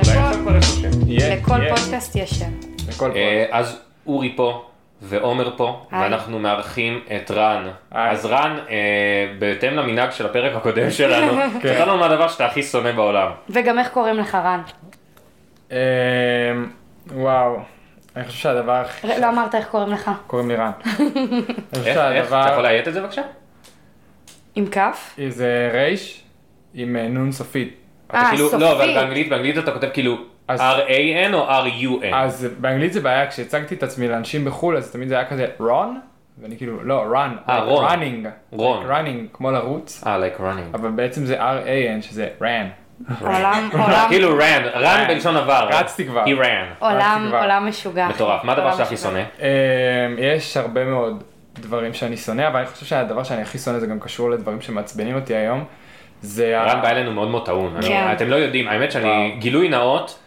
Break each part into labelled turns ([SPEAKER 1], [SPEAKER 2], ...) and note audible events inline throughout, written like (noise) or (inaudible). [SPEAKER 1] אה,
[SPEAKER 2] לכל
[SPEAKER 1] יש.
[SPEAKER 2] פודקאסט יש שם.
[SPEAKER 1] לכל
[SPEAKER 3] אה, אז אורי פה ועומר פה,
[SPEAKER 2] היי.
[SPEAKER 3] ואנחנו מארחים את רן.
[SPEAKER 1] היי.
[SPEAKER 3] אז רן, אה, בהתאם למנהג של הפרק הקודם
[SPEAKER 2] (laughs)
[SPEAKER 3] שלנו,
[SPEAKER 2] כן.
[SPEAKER 3] ספר לנו מה הדבר שאתה הכי שונא בעולם.
[SPEAKER 2] וגם איך קוראים לך רן?
[SPEAKER 1] פוד. אמ, וואו, אני חושב שהדבר הכי...
[SPEAKER 2] לא אמרת איך קוראים לך.
[SPEAKER 1] קוראים לי רן. אני חושב
[SPEAKER 3] איך, איך? אתה יכול
[SPEAKER 1] שהדבר...
[SPEAKER 3] לאיית את זה
[SPEAKER 2] אה,
[SPEAKER 3] בבקשה?
[SPEAKER 2] עם
[SPEAKER 3] (laughs)
[SPEAKER 2] כף?
[SPEAKER 1] זה רייש עם אה, נון סופית.
[SPEAKER 3] אתה כאילו-
[SPEAKER 2] סופי.
[SPEAKER 3] לא, אבל באנגלית, באנגלית אתה כותב כאילו
[SPEAKER 1] אז-
[SPEAKER 3] R-A-N או R-U-N?
[SPEAKER 1] אז באנגלית זה בעיה, כשהצגתי את עצמי לאנשים בחו"ל, אז תמיד זה היה כזה רון, ואני כאילו, לא, רן.
[SPEAKER 3] אה,
[SPEAKER 1] like
[SPEAKER 3] רון.
[SPEAKER 1] running.
[SPEAKER 3] רון.
[SPEAKER 1] running, כמו לרוץ,
[SPEAKER 3] אה, like running.
[SPEAKER 1] אבל בעצם זה R-A-N, שזה רן.
[SPEAKER 2] עולם, עולם,
[SPEAKER 3] אוקיי. (laughs) כאילו רן, רן
[SPEAKER 1] רן.
[SPEAKER 3] בלשון עבר.
[SPEAKER 1] רצתי כבר.
[SPEAKER 3] היא רן.
[SPEAKER 2] עולם,
[SPEAKER 1] כבר.
[SPEAKER 2] עולם משוגע.
[SPEAKER 3] מטורף. מה הדבר
[SPEAKER 2] עולם
[SPEAKER 3] שהכי
[SPEAKER 2] משוגע.
[SPEAKER 3] שונא?
[SPEAKER 1] אמ, יש הרבה מאוד דברים שאני שונא, אבל אני חושב שהדבר שאני הכי שונא זה גם קשור לדברים שמעצבנים אותי היום. זה ה-
[SPEAKER 3] רן בא אלינו מאוד מאוד טעון. אני-
[SPEAKER 2] כן.
[SPEAKER 3] אתם לא יודעים, האמת שאני,
[SPEAKER 1] וואו.
[SPEAKER 3] גילוי נאות,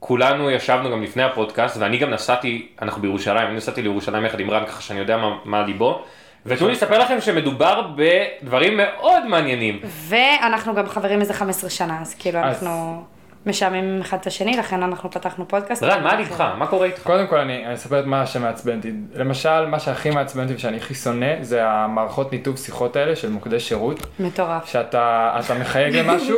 [SPEAKER 3] כולנו ישבנו גם לפני הפודקאסט, ואני גם נסעתי, אנחנו בירושלים, אני נסעתי לירושלים יחד עם רן, ככה שאני יודע מה- מה ליבו. ותנו לי לספר לכם שמדובר בדברים מאוד מעניינים.
[SPEAKER 2] ואנחנו גם חברים איזה 15 שנה, אז כאילו
[SPEAKER 1] אז-
[SPEAKER 2] אנחנו משעממים אחד את השני, לכן אנחנו פתחנו פודקאסט.
[SPEAKER 3] רן, מה ליבך? מה קורה איתך?
[SPEAKER 1] קודם כל אני אני אספר את מה שמעצבן אותי. למשל, מה שהכי מעצבן אותי ושאני הכי שונא, זה המערכות ניתוב שיחות האלה של מוקדי שירות.
[SPEAKER 2] מטורף.
[SPEAKER 1] שאתה אתה מחייג למשהו,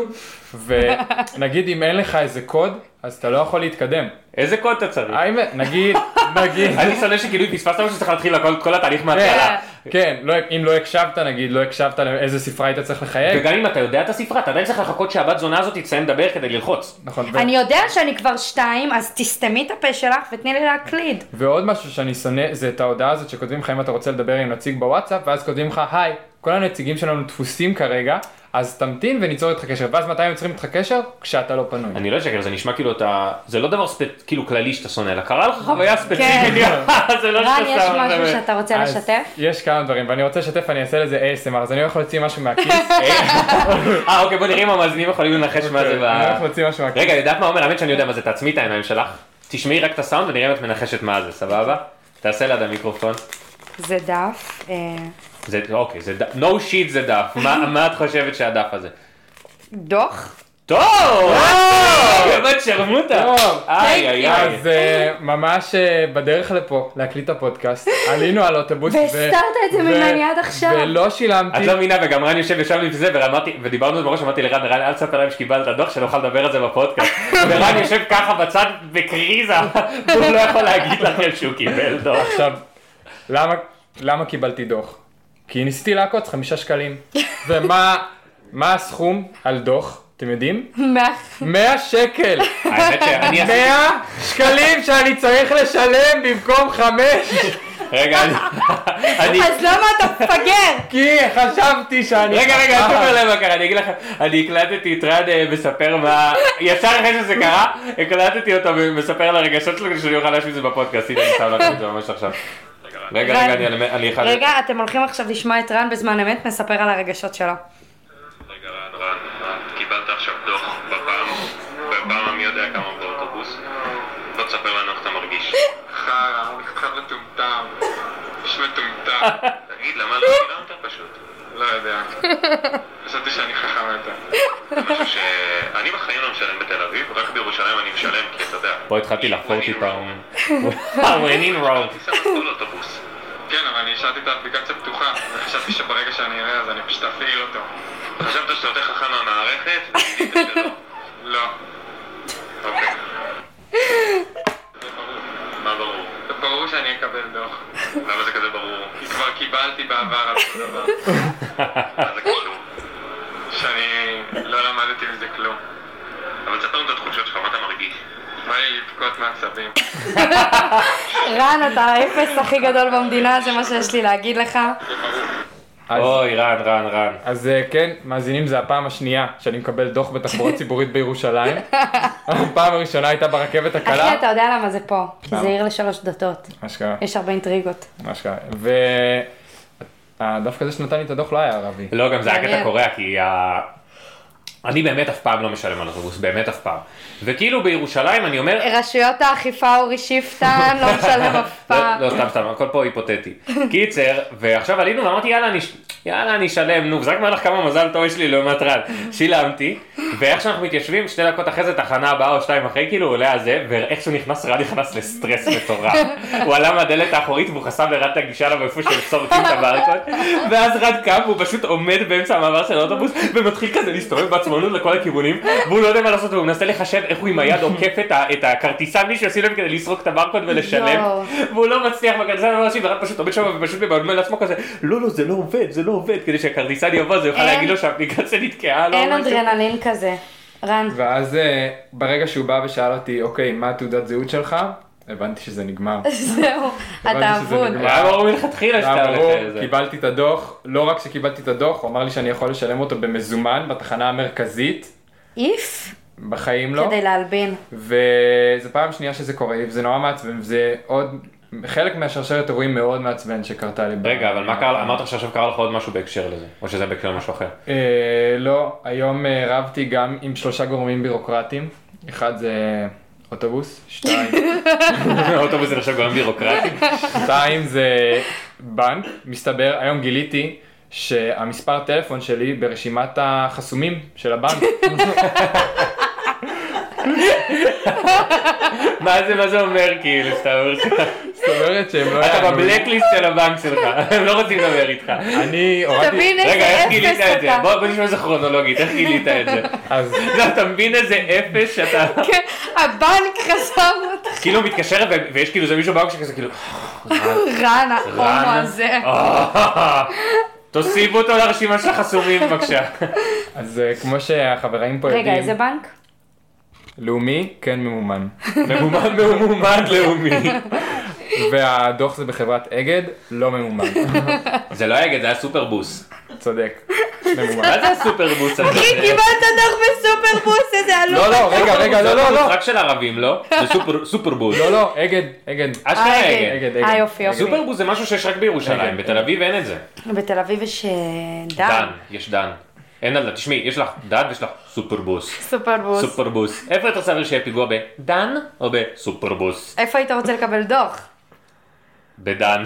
[SPEAKER 1] ונגיד אם אין לך איזה קוד, אז אתה לא יכול להתקדם.
[SPEAKER 3] איזה קוד אתה
[SPEAKER 1] (laughs)
[SPEAKER 3] צריך?
[SPEAKER 1] האמת, נגיד, נגיד,
[SPEAKER 3] (laughs) אני שונא שכאילו פספסת משהו שצריך להתחיל הכל- כל התהליך
[SPEAKER 1] כן,
[SPEAKER 3] מההתחלה.
[SPEAKER 1] כן, לא- אם לא הקשבת, נגיד, לא הקשבת לאיזה ספרה היית צריך לחייג,
[SPEAKER 3] וגם אם אתה יודע את הספרה, אתה עדיין צריך לחכות שהבת זונה הזאת תסיים לדבר כדי ללחוץ.
[SPEAKER 1] נכון, ו-
[SPEAKER 2] אני יודע שאני כבר שתיים, אז תסתמי את הפה שלך ותני לי להקליד.
[SPEAKER 1] ועוד משהו שאני שונא, זה את ההודעה הזאת שכותבים לך אם אתה רוצה לדבר עם נציג בוואטסאפ, ואז כותבים לך, היי, כל הנציגים שלנו דפוסים כרגע, אז תמתין וניצור איתך קשר, ואז מתי הם יוצרים איתך קשר? כשאתה לא פנוי.
[SPEAKER 3] אני לא אשקר, זה נשמע כאילו אתה, זה לא דבר ספ... כאילו כללי שאתה שונא, אלא קרה לך חוויה ספציפית, (laughs) זה לא
[SPEAKER 2] רן,
[SPEAKER 3] שאתה
[SPEAKER 2] יש
[SPEAKER 3] שם
[SPEAKER 2] משהו
[SPEAKER 3] לב.
[SPEAKER 2] שאתה רוצה
[SPEAKER 1] אז
[SPEAKER 2] לשתף?
[SPEAKER 1] יש כמה דברים, ואני רוצה לשתף, אני אעשה לזה ASMR, אז אני הולך להוציא משהו מהכיס.
[SPEAKER 3] אה אוקיי בוא נראה אם המאזינים יכולים לנחש (laughs) מה זה ב...
[SPEAKER 1] אוקיי, אני הולך להוציא משהו מהכיס.
[SPEAKER 3] רגע יודעת מה אומר? האמת שאני יודע מה זה, תעצמי את העיניים שלך, תשמעי רק את הסאונד ונראה אם את מנחשת מה זה, סבבה? תעשה ליד המיקרופון.
[SPEAKER 2] (laughs) זה דף. אה,
[SPEAKER 3] זה, אוקיי, זה דף, no shit זה דף, מה מה את חושבת שהדף הזה?
[SPEAKER 2] דוח?
[SPEAKER 3] טוב! באמת שרמוטה!
[SPEAKER 1] טוב.
[SPEAKER 3] איי איי איי.
[SPEAKER 1] אז אה, ממש אה, בדרך לפה להקליט את הפודקאסט, עלינו על אוטובוס. ו-
[SPEAKER 2] והסתרת את זה
[SPEAKER 1] ו-
[SPEAKER 2] ממני עד עכשיו.
[SPEAKER 1] ולא
[SPEAKER 3] את
[SPEAKER 1] שילמתי.
[SPEAKER 3] לא מבינה וגם רן יושב ישבנו לפני זה ואמרתי ודיברנו על זה מראש אמרתי לרן רן אל תספר להם שקיבלת דוח שנוכל לדבר על זה בפודקאסט
[SPEAKER 2] (laughs)
[SPEAKER 3] ורן יושב ככה בצד בקריזה הוא לא יכול להגיד לכם שהוא קיבל דוח.
[SPEAKER 1] עכשיו, למה- למה קיבלתי דוח? כי ניסיתי לעקוץ חמישה שקלים. ומה מה הסכום על דוח? אתם יודעים?
[SPEAKER 2] מה-
[SPEAKER 1] 100 שקל!
[SPEAKER 3] האמת שאני עשיתי
[SPEAKER 1] 100 שקלים שאני צריך לשלם במקום 5!
[SPEAKER 3] רגע
[SPEAKER 2] (laughs)
[SPEAKER 3] אני- אני
[SPEAKER 2] אז למה אתה מפגר?
[SPEAKER 1] כי חשבתי שאני...
[SPEAKER 3] רגע רגע אל תספר להם מה קרה אני אגיד לכם אני הקלטתי את רן אה, מספר מה ישר אחרי שזה קרה הקלטתי אותו ומספר על הרגשות שלו כדי שאני אוכל להשמיע את זה בפודקאסט הנה אני שם לכם את זה ממש עכשיו. רגע
[SPEAKER 2] רן.
[SPEAKER 3] רגע אני- אני- אני אחד
[SPEAKER 2] רגע, אתם הולכים עכשיו לשמוע את רן בזמן אמת מספר על הרגשות שלו. (laughs)
[SPEAKER 4] רגע, רן, רן, רן, קיבלת עכשיו דוח בפעם, בפעם המי יודע כמה באוטובוס. בוא תספר לנו איך אתה מרגיש.
[SPEAKER 5] חרא, הוא קצת מטומטם. איש מטומטם,
[SPEAKER 4] (laughs) תגיד, למה לא שילמת פשוט?
[SPEAKER 5] לא יודע. חשבתי שאני חכם יותר.
[SPEAKER 4] זה משהו ש... אני בחיים לא משלם בתל אביב, רק בירושלים אני משלם, כי אתה יודע.
[SPEAKER 3] פה התחלתי לחפור
[SPEAKER 4] When in
[SPEAKER 2] (laughs)
[SPEAKER 3] טיפה. (laughs)
[SPEAKER 4] Rome.
[SPEAKER 3] When in Rome.
[SPEAKER 4] אני שם על כל אוטובוס.
[SPEAKER 5] כן, אבל אני השארתי את האפליקציה פתוחה, וחשבתי שברגע שאני אראה אז אני פשוט אפעיל אותו.
[SPEAKER 4] חשבת שאתה יותר חכם מהמערכת? וגילית שלא.
[SPEAKER 5] (laughs) לא,
[SPEAKER 4] אוקיי,
[SPEAKER 5] זה ברור.
[SPEAKER 4] מה ברור?
[SPEAKER 5] זה ברור שאני אקבל דוח.
[SPEAKER 4] למה זה כזה ברור?
[SPEAKER 5] כי כבר קיבלתי בעבר על אותו דבר.
[SPEAKER 4] מה זה קשור?
[SPEAKER 5] שאני לא למדתי מזה כלום.
[SPEAKER 4] אבל תספר לנו את התחושות שלך, מה אתה מרגיש?
[SPEAKER 5] בא לי לבכות מעצבים.
[SPEAKER 2] רן, אתה האפס הכי גדול במדינה, זה מה שיש לי להגיד לך.
[SPEAKER 1] אז-
[SPEAKER 3] אוי, רן, רן, רן.
[SPEAKER 1] אז אה, כן, מאזינים, זה הפעם השנייה שאני מקבל דוח בתחבורה ציבורית בירושלים. הפעם הראשונה הייתה ברכבת
[SPEAKER 2] אחי,
[SPEAKER 1] הקלה.
[SPEAKER 2] אתה יודע למה זה פה. כי זה
[SPEAKER 1] למה?
[SPEAKER 2] עיר לשלוש דתות.
[SPEAKER 1] מה שקרה,
[SPEAKER 2] יש הרבה אינטריגות.
[SPEAKER 1] מה שקרה. ו... אה, דווקא זה שנתן לי את הדוח לא היה ערבי.
[SPEAKER 3] לא, גם זה היה
[SPEAKER 2] מעניין.
[SPEAKER 3] קטע קורע, כי ה... אני באמת אף פעם לא משלם על אוטובוס, באמת אף פעם. וכאילו בירושלים אני אומר,
[SPEAKER 2] רשויות האכיפה אורי שיפטן לא משלם אף
[SPEAKER 3] (laughs)
[SPEAKER 2] פעם.
[SPEAKER 3] לא, לא, סתם, סתם, הכל פה היפותטי. קיצר, ועכשיו עלינו ואמרתי, יאללה, אני, אש- יאללה, אני אשלם, נו, זה רק אומר לך כמה מזל טוב יש לי לעומת רן. שילמתי, ואיך שאנחנו מתיישבים, שתי דקות אחרי זה, תחנה הבאה או שתיים אחרי, כאילו, עולה על זה, ואיך שהוא נכנס, רן נכנס לסטרס מטורף. הוא עלה מהדלת האחורית והוא חסם לרן את הגישה אליו איפה שהם סורקים את הברקוד, ואז רן קם והוא פשוט עומד באמצע המעבר של האוטובוס, ומתחיל כזה להסתובב בעצמנות לכל הכיוונים, והוא לא יודע מה לעשות, והוא מנסה לחשב איך הוא עם היד עוקף את ה- את הכרטיסן שעושים להם כדי לסרוק את הברקוד ולשלם.
[SPEAKER 2] יואו.
[SPEAKER 3] והוא לא מצליח בכרטיסן הממשי, ורן פשוט עומד שם ופשוט ממלמל לעצמו כזה, לא, לא, זה לא עובד, זה לא עובד, כדי שהכרטיסן יבוא, זה יוכל
[SPEAKER 2] אין-
[SPEAKER 3] להגיד לו שהאפליקציה נתקעה, לא
[SPEAKER 2] אין
[SPEAKER 3] משהו.
[SPEAKER 2] אדרנלין כזה. רן,
[SPEAKER 1] ואז אה, ברגע שהוא בא ושאל אותי, אוקיי, מה התעודת זהות שלך? הבנתי שזה
[SPEAKER 3] (laughs)
[SPEAKER 1] נגמר.
[SPEAKER 2] זהו, אתה
[SPEAKER 1] שזה
[SPEAKER 2] אבוד.
[SPEAKER 1] נגמר.
[SPEAKER 3] היה ברור מלכתחילה שאתה
[SPEAKER 1] היה ברור,
[SPEAKER 3] הולך לזה.
[SPEAKER 1] קיבלתי את הדוח, לא רק שקיבלתי את הדוח, הוא אמר לי שאני יכול לשלם אותו במזומן בתחנה המרכזית,
[SPEAKER 2] איף?
[SPEAKER 1] בחיים לא,
[SPEAKER 2] כדי להלבין.
[SPEAKER 1] וזו פעם שנייה שזה קורה לי, וזה נורא מעצבן, וזה עוד, חלק מהשרשרת אירועים מאוד מעצבן שקרתה לי. ב-
[SPEAKER 3] רגע, אבל מה קרה, אמרת שעכשיו קרה לך עוד משהו בהקשר לזה, או שזה בהקשר למשהו אחר.
[SPEAKER 1] אה, לא, היום אה, רבתי גם עם שלושה גורמים בירוקרטיים, אחד זה אוטובוס, שתיים,
[SPEAKER 3] (laughs) האוטובוס זה עכשיו גורם בירוקרטי.
[SPEAKER 1] שתיים זה בנק, מסתבר, היום גיליתי שהמספר טלפון שלי ברשימת החסומים של
[SPEAKER 3] (laughs)
[SPEAKER 1] הבנק.
[SPEAKER 3] מה זה, מה זה אומר כאילו, שאתה אומר ש-
[SPEAKER 1] זאת אומרת שהם לא
[SPEAKER 3] אתה
[SPEAKER 1] יענו לי.
[SPEAKER 3] בבלקליסט של הבנק שלך, (laughs) הם לא רוצים לדבר איתך.
[SPEAKER 1] אני הורדתי,
[SPEAKER 2] תבין
[SPEAKER 3] רגע,
[SPEAKER 2] איזה
[SPEAKER 3] איך גילית
[SPEAKER 2] אפס
[SPEAKER 3] את זה?
[SPEAKER 2] אתה.
[SPEAKER 3] בוא בוא נשמע את זה כרונולוגית, איך גילית את
[SPEAKER 2] (laughs)
[SPEAKER 3] זה?
[SPEAKER 1] אז
[SPEAKER 3] לא, אתה מבין איזה אפס שאתה...
[SPEAKER 2] כן, הבנק חסם אותך.
[SPEAKER 3] כאילו הוא מתקשר ו- ויש כאילו זה מישהו באוג שכזה כאילו
[SPEAKER 2] רן, ההומו
[SPEAKER 3] רן.
[SPEAKER 2] הזה.
[SPEAKER 3] "אה, תוסיפו אותו לרשימה של החסומים בבקשה.
[SPEAKER 1] אז אה, כמו שהחברים פה
[SPEAKER 2] רגע, איזה
[SPEAKER 1] יודעים,
[SPEAKER 2] בנק?
[SPEAKER 1] לאומי
[SPEAKER 3] (laughs)
[SPEAKER 1] כן ממומן.
[SPEAKER 3] ממומד ממומד לאומי.
[SPEAKER 1] והדוח זה בחברת אגד, לא
[SPEAKER 3] (laughs)
[SPEAKER 1] ממומן.
[SPEAKER 3] זה לא אגד, זה היה סופרבוס.
[SPEAKER 1] צודק, ממומן.
[SPEAKER 3] מה זה הסופרבוס הזה?
[SPEAKER 2] כי קיבלת דוח בסופרבוס, איזה עלוב.
[SPEAKER 1] לא, לא, רגע, רגע, לא, לא,
[SPEAKER 3] זה
[SPEAKER 1] לא,
[SPEAKER 3] משחק של ערבים, לא? זה סופר- סופרבוס.
[SPEAKER 1] לא, לא, אגד, אגד.
[SPEAKER 3] אשכרה
[SPEAKER 2] אה,
[SPEAKER 3] אגד.
[SPEAKER 1] אגד, אגד.
[SPEAKER 2] אה, יופי, יופי.
[SPEAKER 3] סופרבוס זה משהו שיש רק בירושלים,
[SPEAKER 1] אגד.
[SPEAKER 3] בתל אביב אין את זה.
[SPEAKER 2] בתל אביב יש אה,
[SPEAKER 3] דן,
[SPEAKER 2] דן.
[SPEAKER 3] יש דן. אין על תשמעי, יש לך דן ויש לך סופרבוס.
[SPEAKER 2] סופרבוס.
[SPEAKER 3] סופרבוס. איפה אתה סביר שיהיה פיגוע בדן או בסופרבוס?
[SPEAKER 2] איפה היית רוצה לקבל דוח?
[SPEAKER 3] בדן.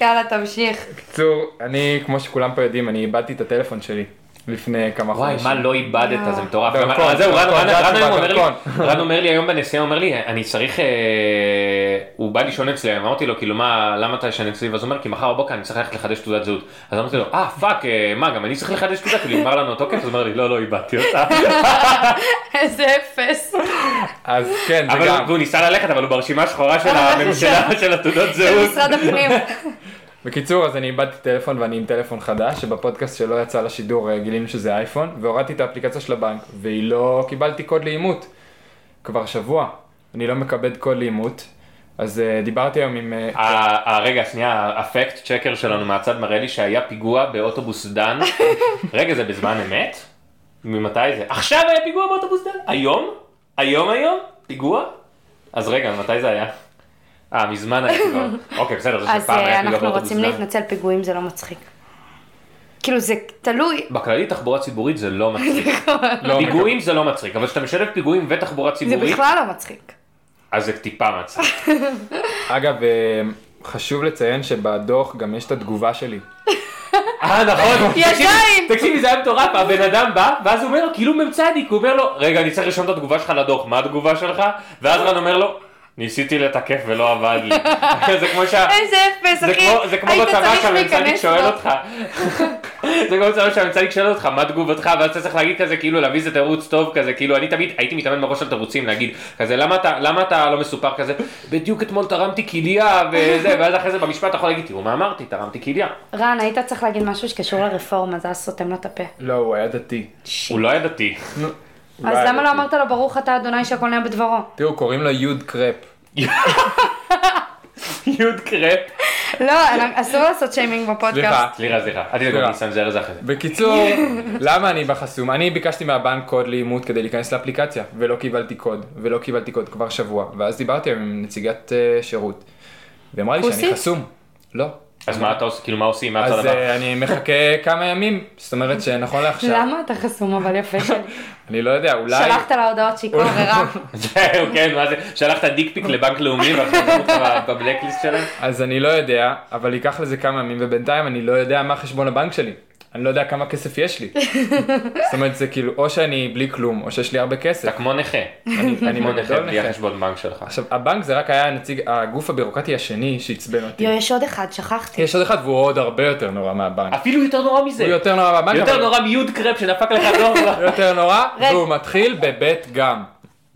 [SPEAKER 2] יאללה, תמשיך. (laughs)
[SPEAKER 1] בקיצור, אני, כמו שכולם פה יודעים, אני איבדתי את הטלפון שלי לפני כמה
[SPEAKER 3] וואי,
[SPEAKER 1] חודשים.
[SPEAKER 3] מה לא איבדת, זה מטורף.
[SPEAKER 1] דרכון,
[SPEAKER 3] אבל- אבל זהו, רן-
[SPEAKER 1] דרכון,
[SPEAKER 3] רן
[SPEAKER 1] זה
[SPEAKER 3] רן
[SPEAKER 1] התשובה,
[SPEAKER 3] היום אומר לי,
[SPEAKER 1] דרכון.
[SPEAKER 3] רן אומר לי היום בנסיעה, אומר לי, אני צריך, אה, הוא בא לישון אצלי, אמרתי לו, כאילו, מה, למה אתה ישן אצלי? ואז הוא אומר, כי מחר בבוקר אני צריך ללכת לחדש תעודת זהות. אז אמרתי לו, אה, פאק, אה, מה, גם אני צריך לחדש תעודה, כאילו, נגמר לנו התוקף? אז הוא אומר לי, לא, לא איבדתי
[SPEAKER 1] (laughs)
[SPEAKER 3] אותה.
[SPEAKER 2] איזה אפס.
[SPEAKER 1] אז כן, זה
[SPEAKER 3] אבל הוא-
[SPEAKER 1] גם.
[SPEAKER 3] והוא ניסה ללכת, אבל הוא ברשימה השחורה
[SPEAKER 1] (laughs)
[SPEAKER 3] של
[SPEAKER 2] אבל
[SPEAKER 3] הממשלה, של התעודות זהות.
[SPEAKER 2] משרד
[SPEAKER 3] (laughs)
[SPEAKER 2] הפנים.
[SPEAKER 1] בקיצור, אז אני איבדתי טלפון ואני עם טלפון חדש, שבפודקאסט שלא יצא לשידור אה, גילינו שזה אייפון, והורדתי את האפליקציה של הבנק, והיא לא... קיבלתי קוד לאימות. כבר שבוע. אני לא מקבל קוד לאימות. אז אה, דיברתי היום
[SPEAKER 3] (laughs)
[SPEAKER 1] עם... אה,
[SPEAKER 3] ה- ה- רגע, שנייה, הפקט צ'קר שלנו מהצד מראה לי שהיה פיגוע באוטובוס
[SPEAKER 2] (laughs)
[SPEAKER 3] דן. רגע, זה בזמן אמת? ממתי זה? עכשיו היה פיגוע באוטובוס דן? היום? היום היום? פיגוע? אז רגע, מתי זה היה? אה, מזמן היה
[SPEAKER 2] (laughs)
[SPEAKER 3] פיגוע. אוקיי, בסדר, זה
[SPEAKER 2] אז
[SPEAKER 3] שפעם
[SPEAKER 2] אה,
[SPEAKER 3] היה פיגוע
[SPEAKER 2] אנחנו
[SPEAKER 3] באוטובוס
[SPEAKER 2] רוצים
[SPEAKER 3] דן.
[SPEAKER 2] להתנצל, פיגועים זה לא מצחיק. כאילו זה תלוי,
[SPEAKER 3] בכללי תחבורה ציבורית זה
[SPEAKER 2] (laughs)
[SPEAKER 3] לא מצחיק.
[SPEAKER 1] לא
[SPEAKER 3] פיגועים זה לא מצחיק, אבל כשאתה משלב פיגועים ותחבורה
[SPEAKER 2] זה
[SPEAKER 3] ציבורית,
[SPEAKER 2] בכלל לא מצחיק.
[SPEAKER 3] אז זה טיפה מצחיק.
[SPEAKER 1] אגב, אה, חשוב לציין שבדוח גם יש את התגובה שלי.
[SPEAKER 3] אה, נכון.
[SPEAKER 2] (laughs) ידיים!
[SPEAKER 3] תקשיבי, זה היה מטורף, הבן אדם בא, ואז הוא אומר לו, כאילו מ"צ, הוא אומר לו, רגע, אני צריך לרשום את התגובה שלך לדוח, מה התגובה שלך? ואז רן אומר לו, ניסיתי לתקף ולא עבד לי. (laughs) זה כמו שה...
[SPEAKER 2] איזה אפס,
[SPEAKER 3] זה
[SPEAKER 2] אחי.
[SPEAKER 3] כמו, זה כמו
[SPEAKER 2] היית
[SPEAKER 3] בצבא
[SPEAKER 2] צריך
[SPEAKER 3] שהממצדיק
[SPEAKER 2] להיכנס
[SPEAKER 3] שואל
[SPEAKER 2] פה.
[SPEAKER 3] אותך, (laughs) זה כמו בצבא שהממצדיק שואל אותך מה תגובתך ואז אתה צריך להגיד כזה כאילו להביא איזה תירוץ טוב כזה כאילו אני תמיד הייתי מתאמן מראש על תירוצים להגיד כזה למה אתה, למה אתה לא מסופר כזה בדיוק אתמול תרמתי כליה וזה ואז אחרי זה במשפט אתה יכול להגיד תראו מה אמרתי תרמתי כליה
[SPEAKER 2] רן, היית צריך להגיד משהו שקשור לרפורמה, זה היה סותם לו את הפה.
[SPEAKER 1] לא, הוא היה דתי.
[SPEAKER 3] הוא לא היה דתי.
[SPEAKER 1] אולי
[SPEAKER 2] אז למה
[SPEAKER 1] דתי.
[SPEAKER 2] לא אמרת לו ברוך אתה אדוני שהכל נהיה בדברו?
[SPEAKER 1] תראו, קוראים לו יוד קרפ.
[SPEAKER 3] יוד קרפ.
[SPEAKER 2] לא, אני- אסור לעשות שיימינג בפודקאסט.
[SPEAKER 1] סליחה.
[SPEAKER 3] סליחה, סליחה, אל תדאגו,
[SPEAKER 1] סליחה.
[SPEAKER 3] אני אסנזר את זה אחרי זה.
[SPEAKER 1] בקיצור, למה אני בחסום? אני ביקשתי מהבנק קוד לאימות כדי להיכנס לאפליקציה, ולא קיבלתי קוד, ולא קיבלתי קוד כבר שבוע, ואז דיברתי עם נציגת אה, שירות, והיא אמרה לי שאני
[SPEAKER 2] כוסית?
[SPEAKER 1] חסום. לא.
[SPEAKER 3] אז מה אתה עושה, כאילו מה עושים, מה הצד
[SPEAKER 1] אז
[SPEAKER 3] הבא?
[SPEAKER 1] אה, אני מחכה כמה ימים, זאת אומרת שנכון לעכשיו,
[SPEAKER 2] למה אתה חסום אבל יפה שלי?
[SPEAKER 1] אני לא יודע, אולי,
[SPEAKER 2] שלחת לה הודעות שיכור ורע.
[SPEAKER 3] זהו, כן, מה זה, שלחת דיקפיק לבנק לאומי ועכשיו שמו אותך בבלקליסט שלהם?
[SPEAKER 1] אז אני לא יודע, אבל ייקח לזה כמה ימים, ובינתיים אני לא יודע מה חשבון הבנק שלי. אני לא יודע כמה כסף יש
[SPEAKER 2] (laughs)
[SPEAKER 1] לי. זאת אומרת, זה כאילו, או שאני בלי כלום, או שיש לי הרבה
[SPEAKER 3] אתה
[SPEAKER 1] כסף.
[SPEAKER 3] כמו נכה,
[SPEAKER 1] אני אני
[SPEAKER 3] כמו
[SPEAKER 1] גדול
[SPEAKER 3] נכה, בלי
[SPEAKER 1] נכה.
[SPEAKER 3] החשבון בנק שלך.
[SPEAKER 1] עכשיו, הבנק זה רק היה הנציג, הגוף הבירוקרטי השני שעצבן אותי.
[SPEAKER 2] יו, יש עוד אחד, שכחתי.
[SPEAKER 1] יש עוד אחד והוא עוד הרבה יותר נורא מהבנק.
[SPEAKER 3] אפילו יותר נורא מזה.
[SPEAKER 1] הוא יותר נורא מהבנק,
[SPEAKER 3] אה, יותר
[SPEAKER 1] אבל-
[SPEAKER 3] נורא מיוד קרפ שנדפק לך דור.
[SPEAKER 1] הוא יותר נורא,
[SPEAKER 2] רגע.
[SPEAKER 1] והוא מתחיל בבית גם.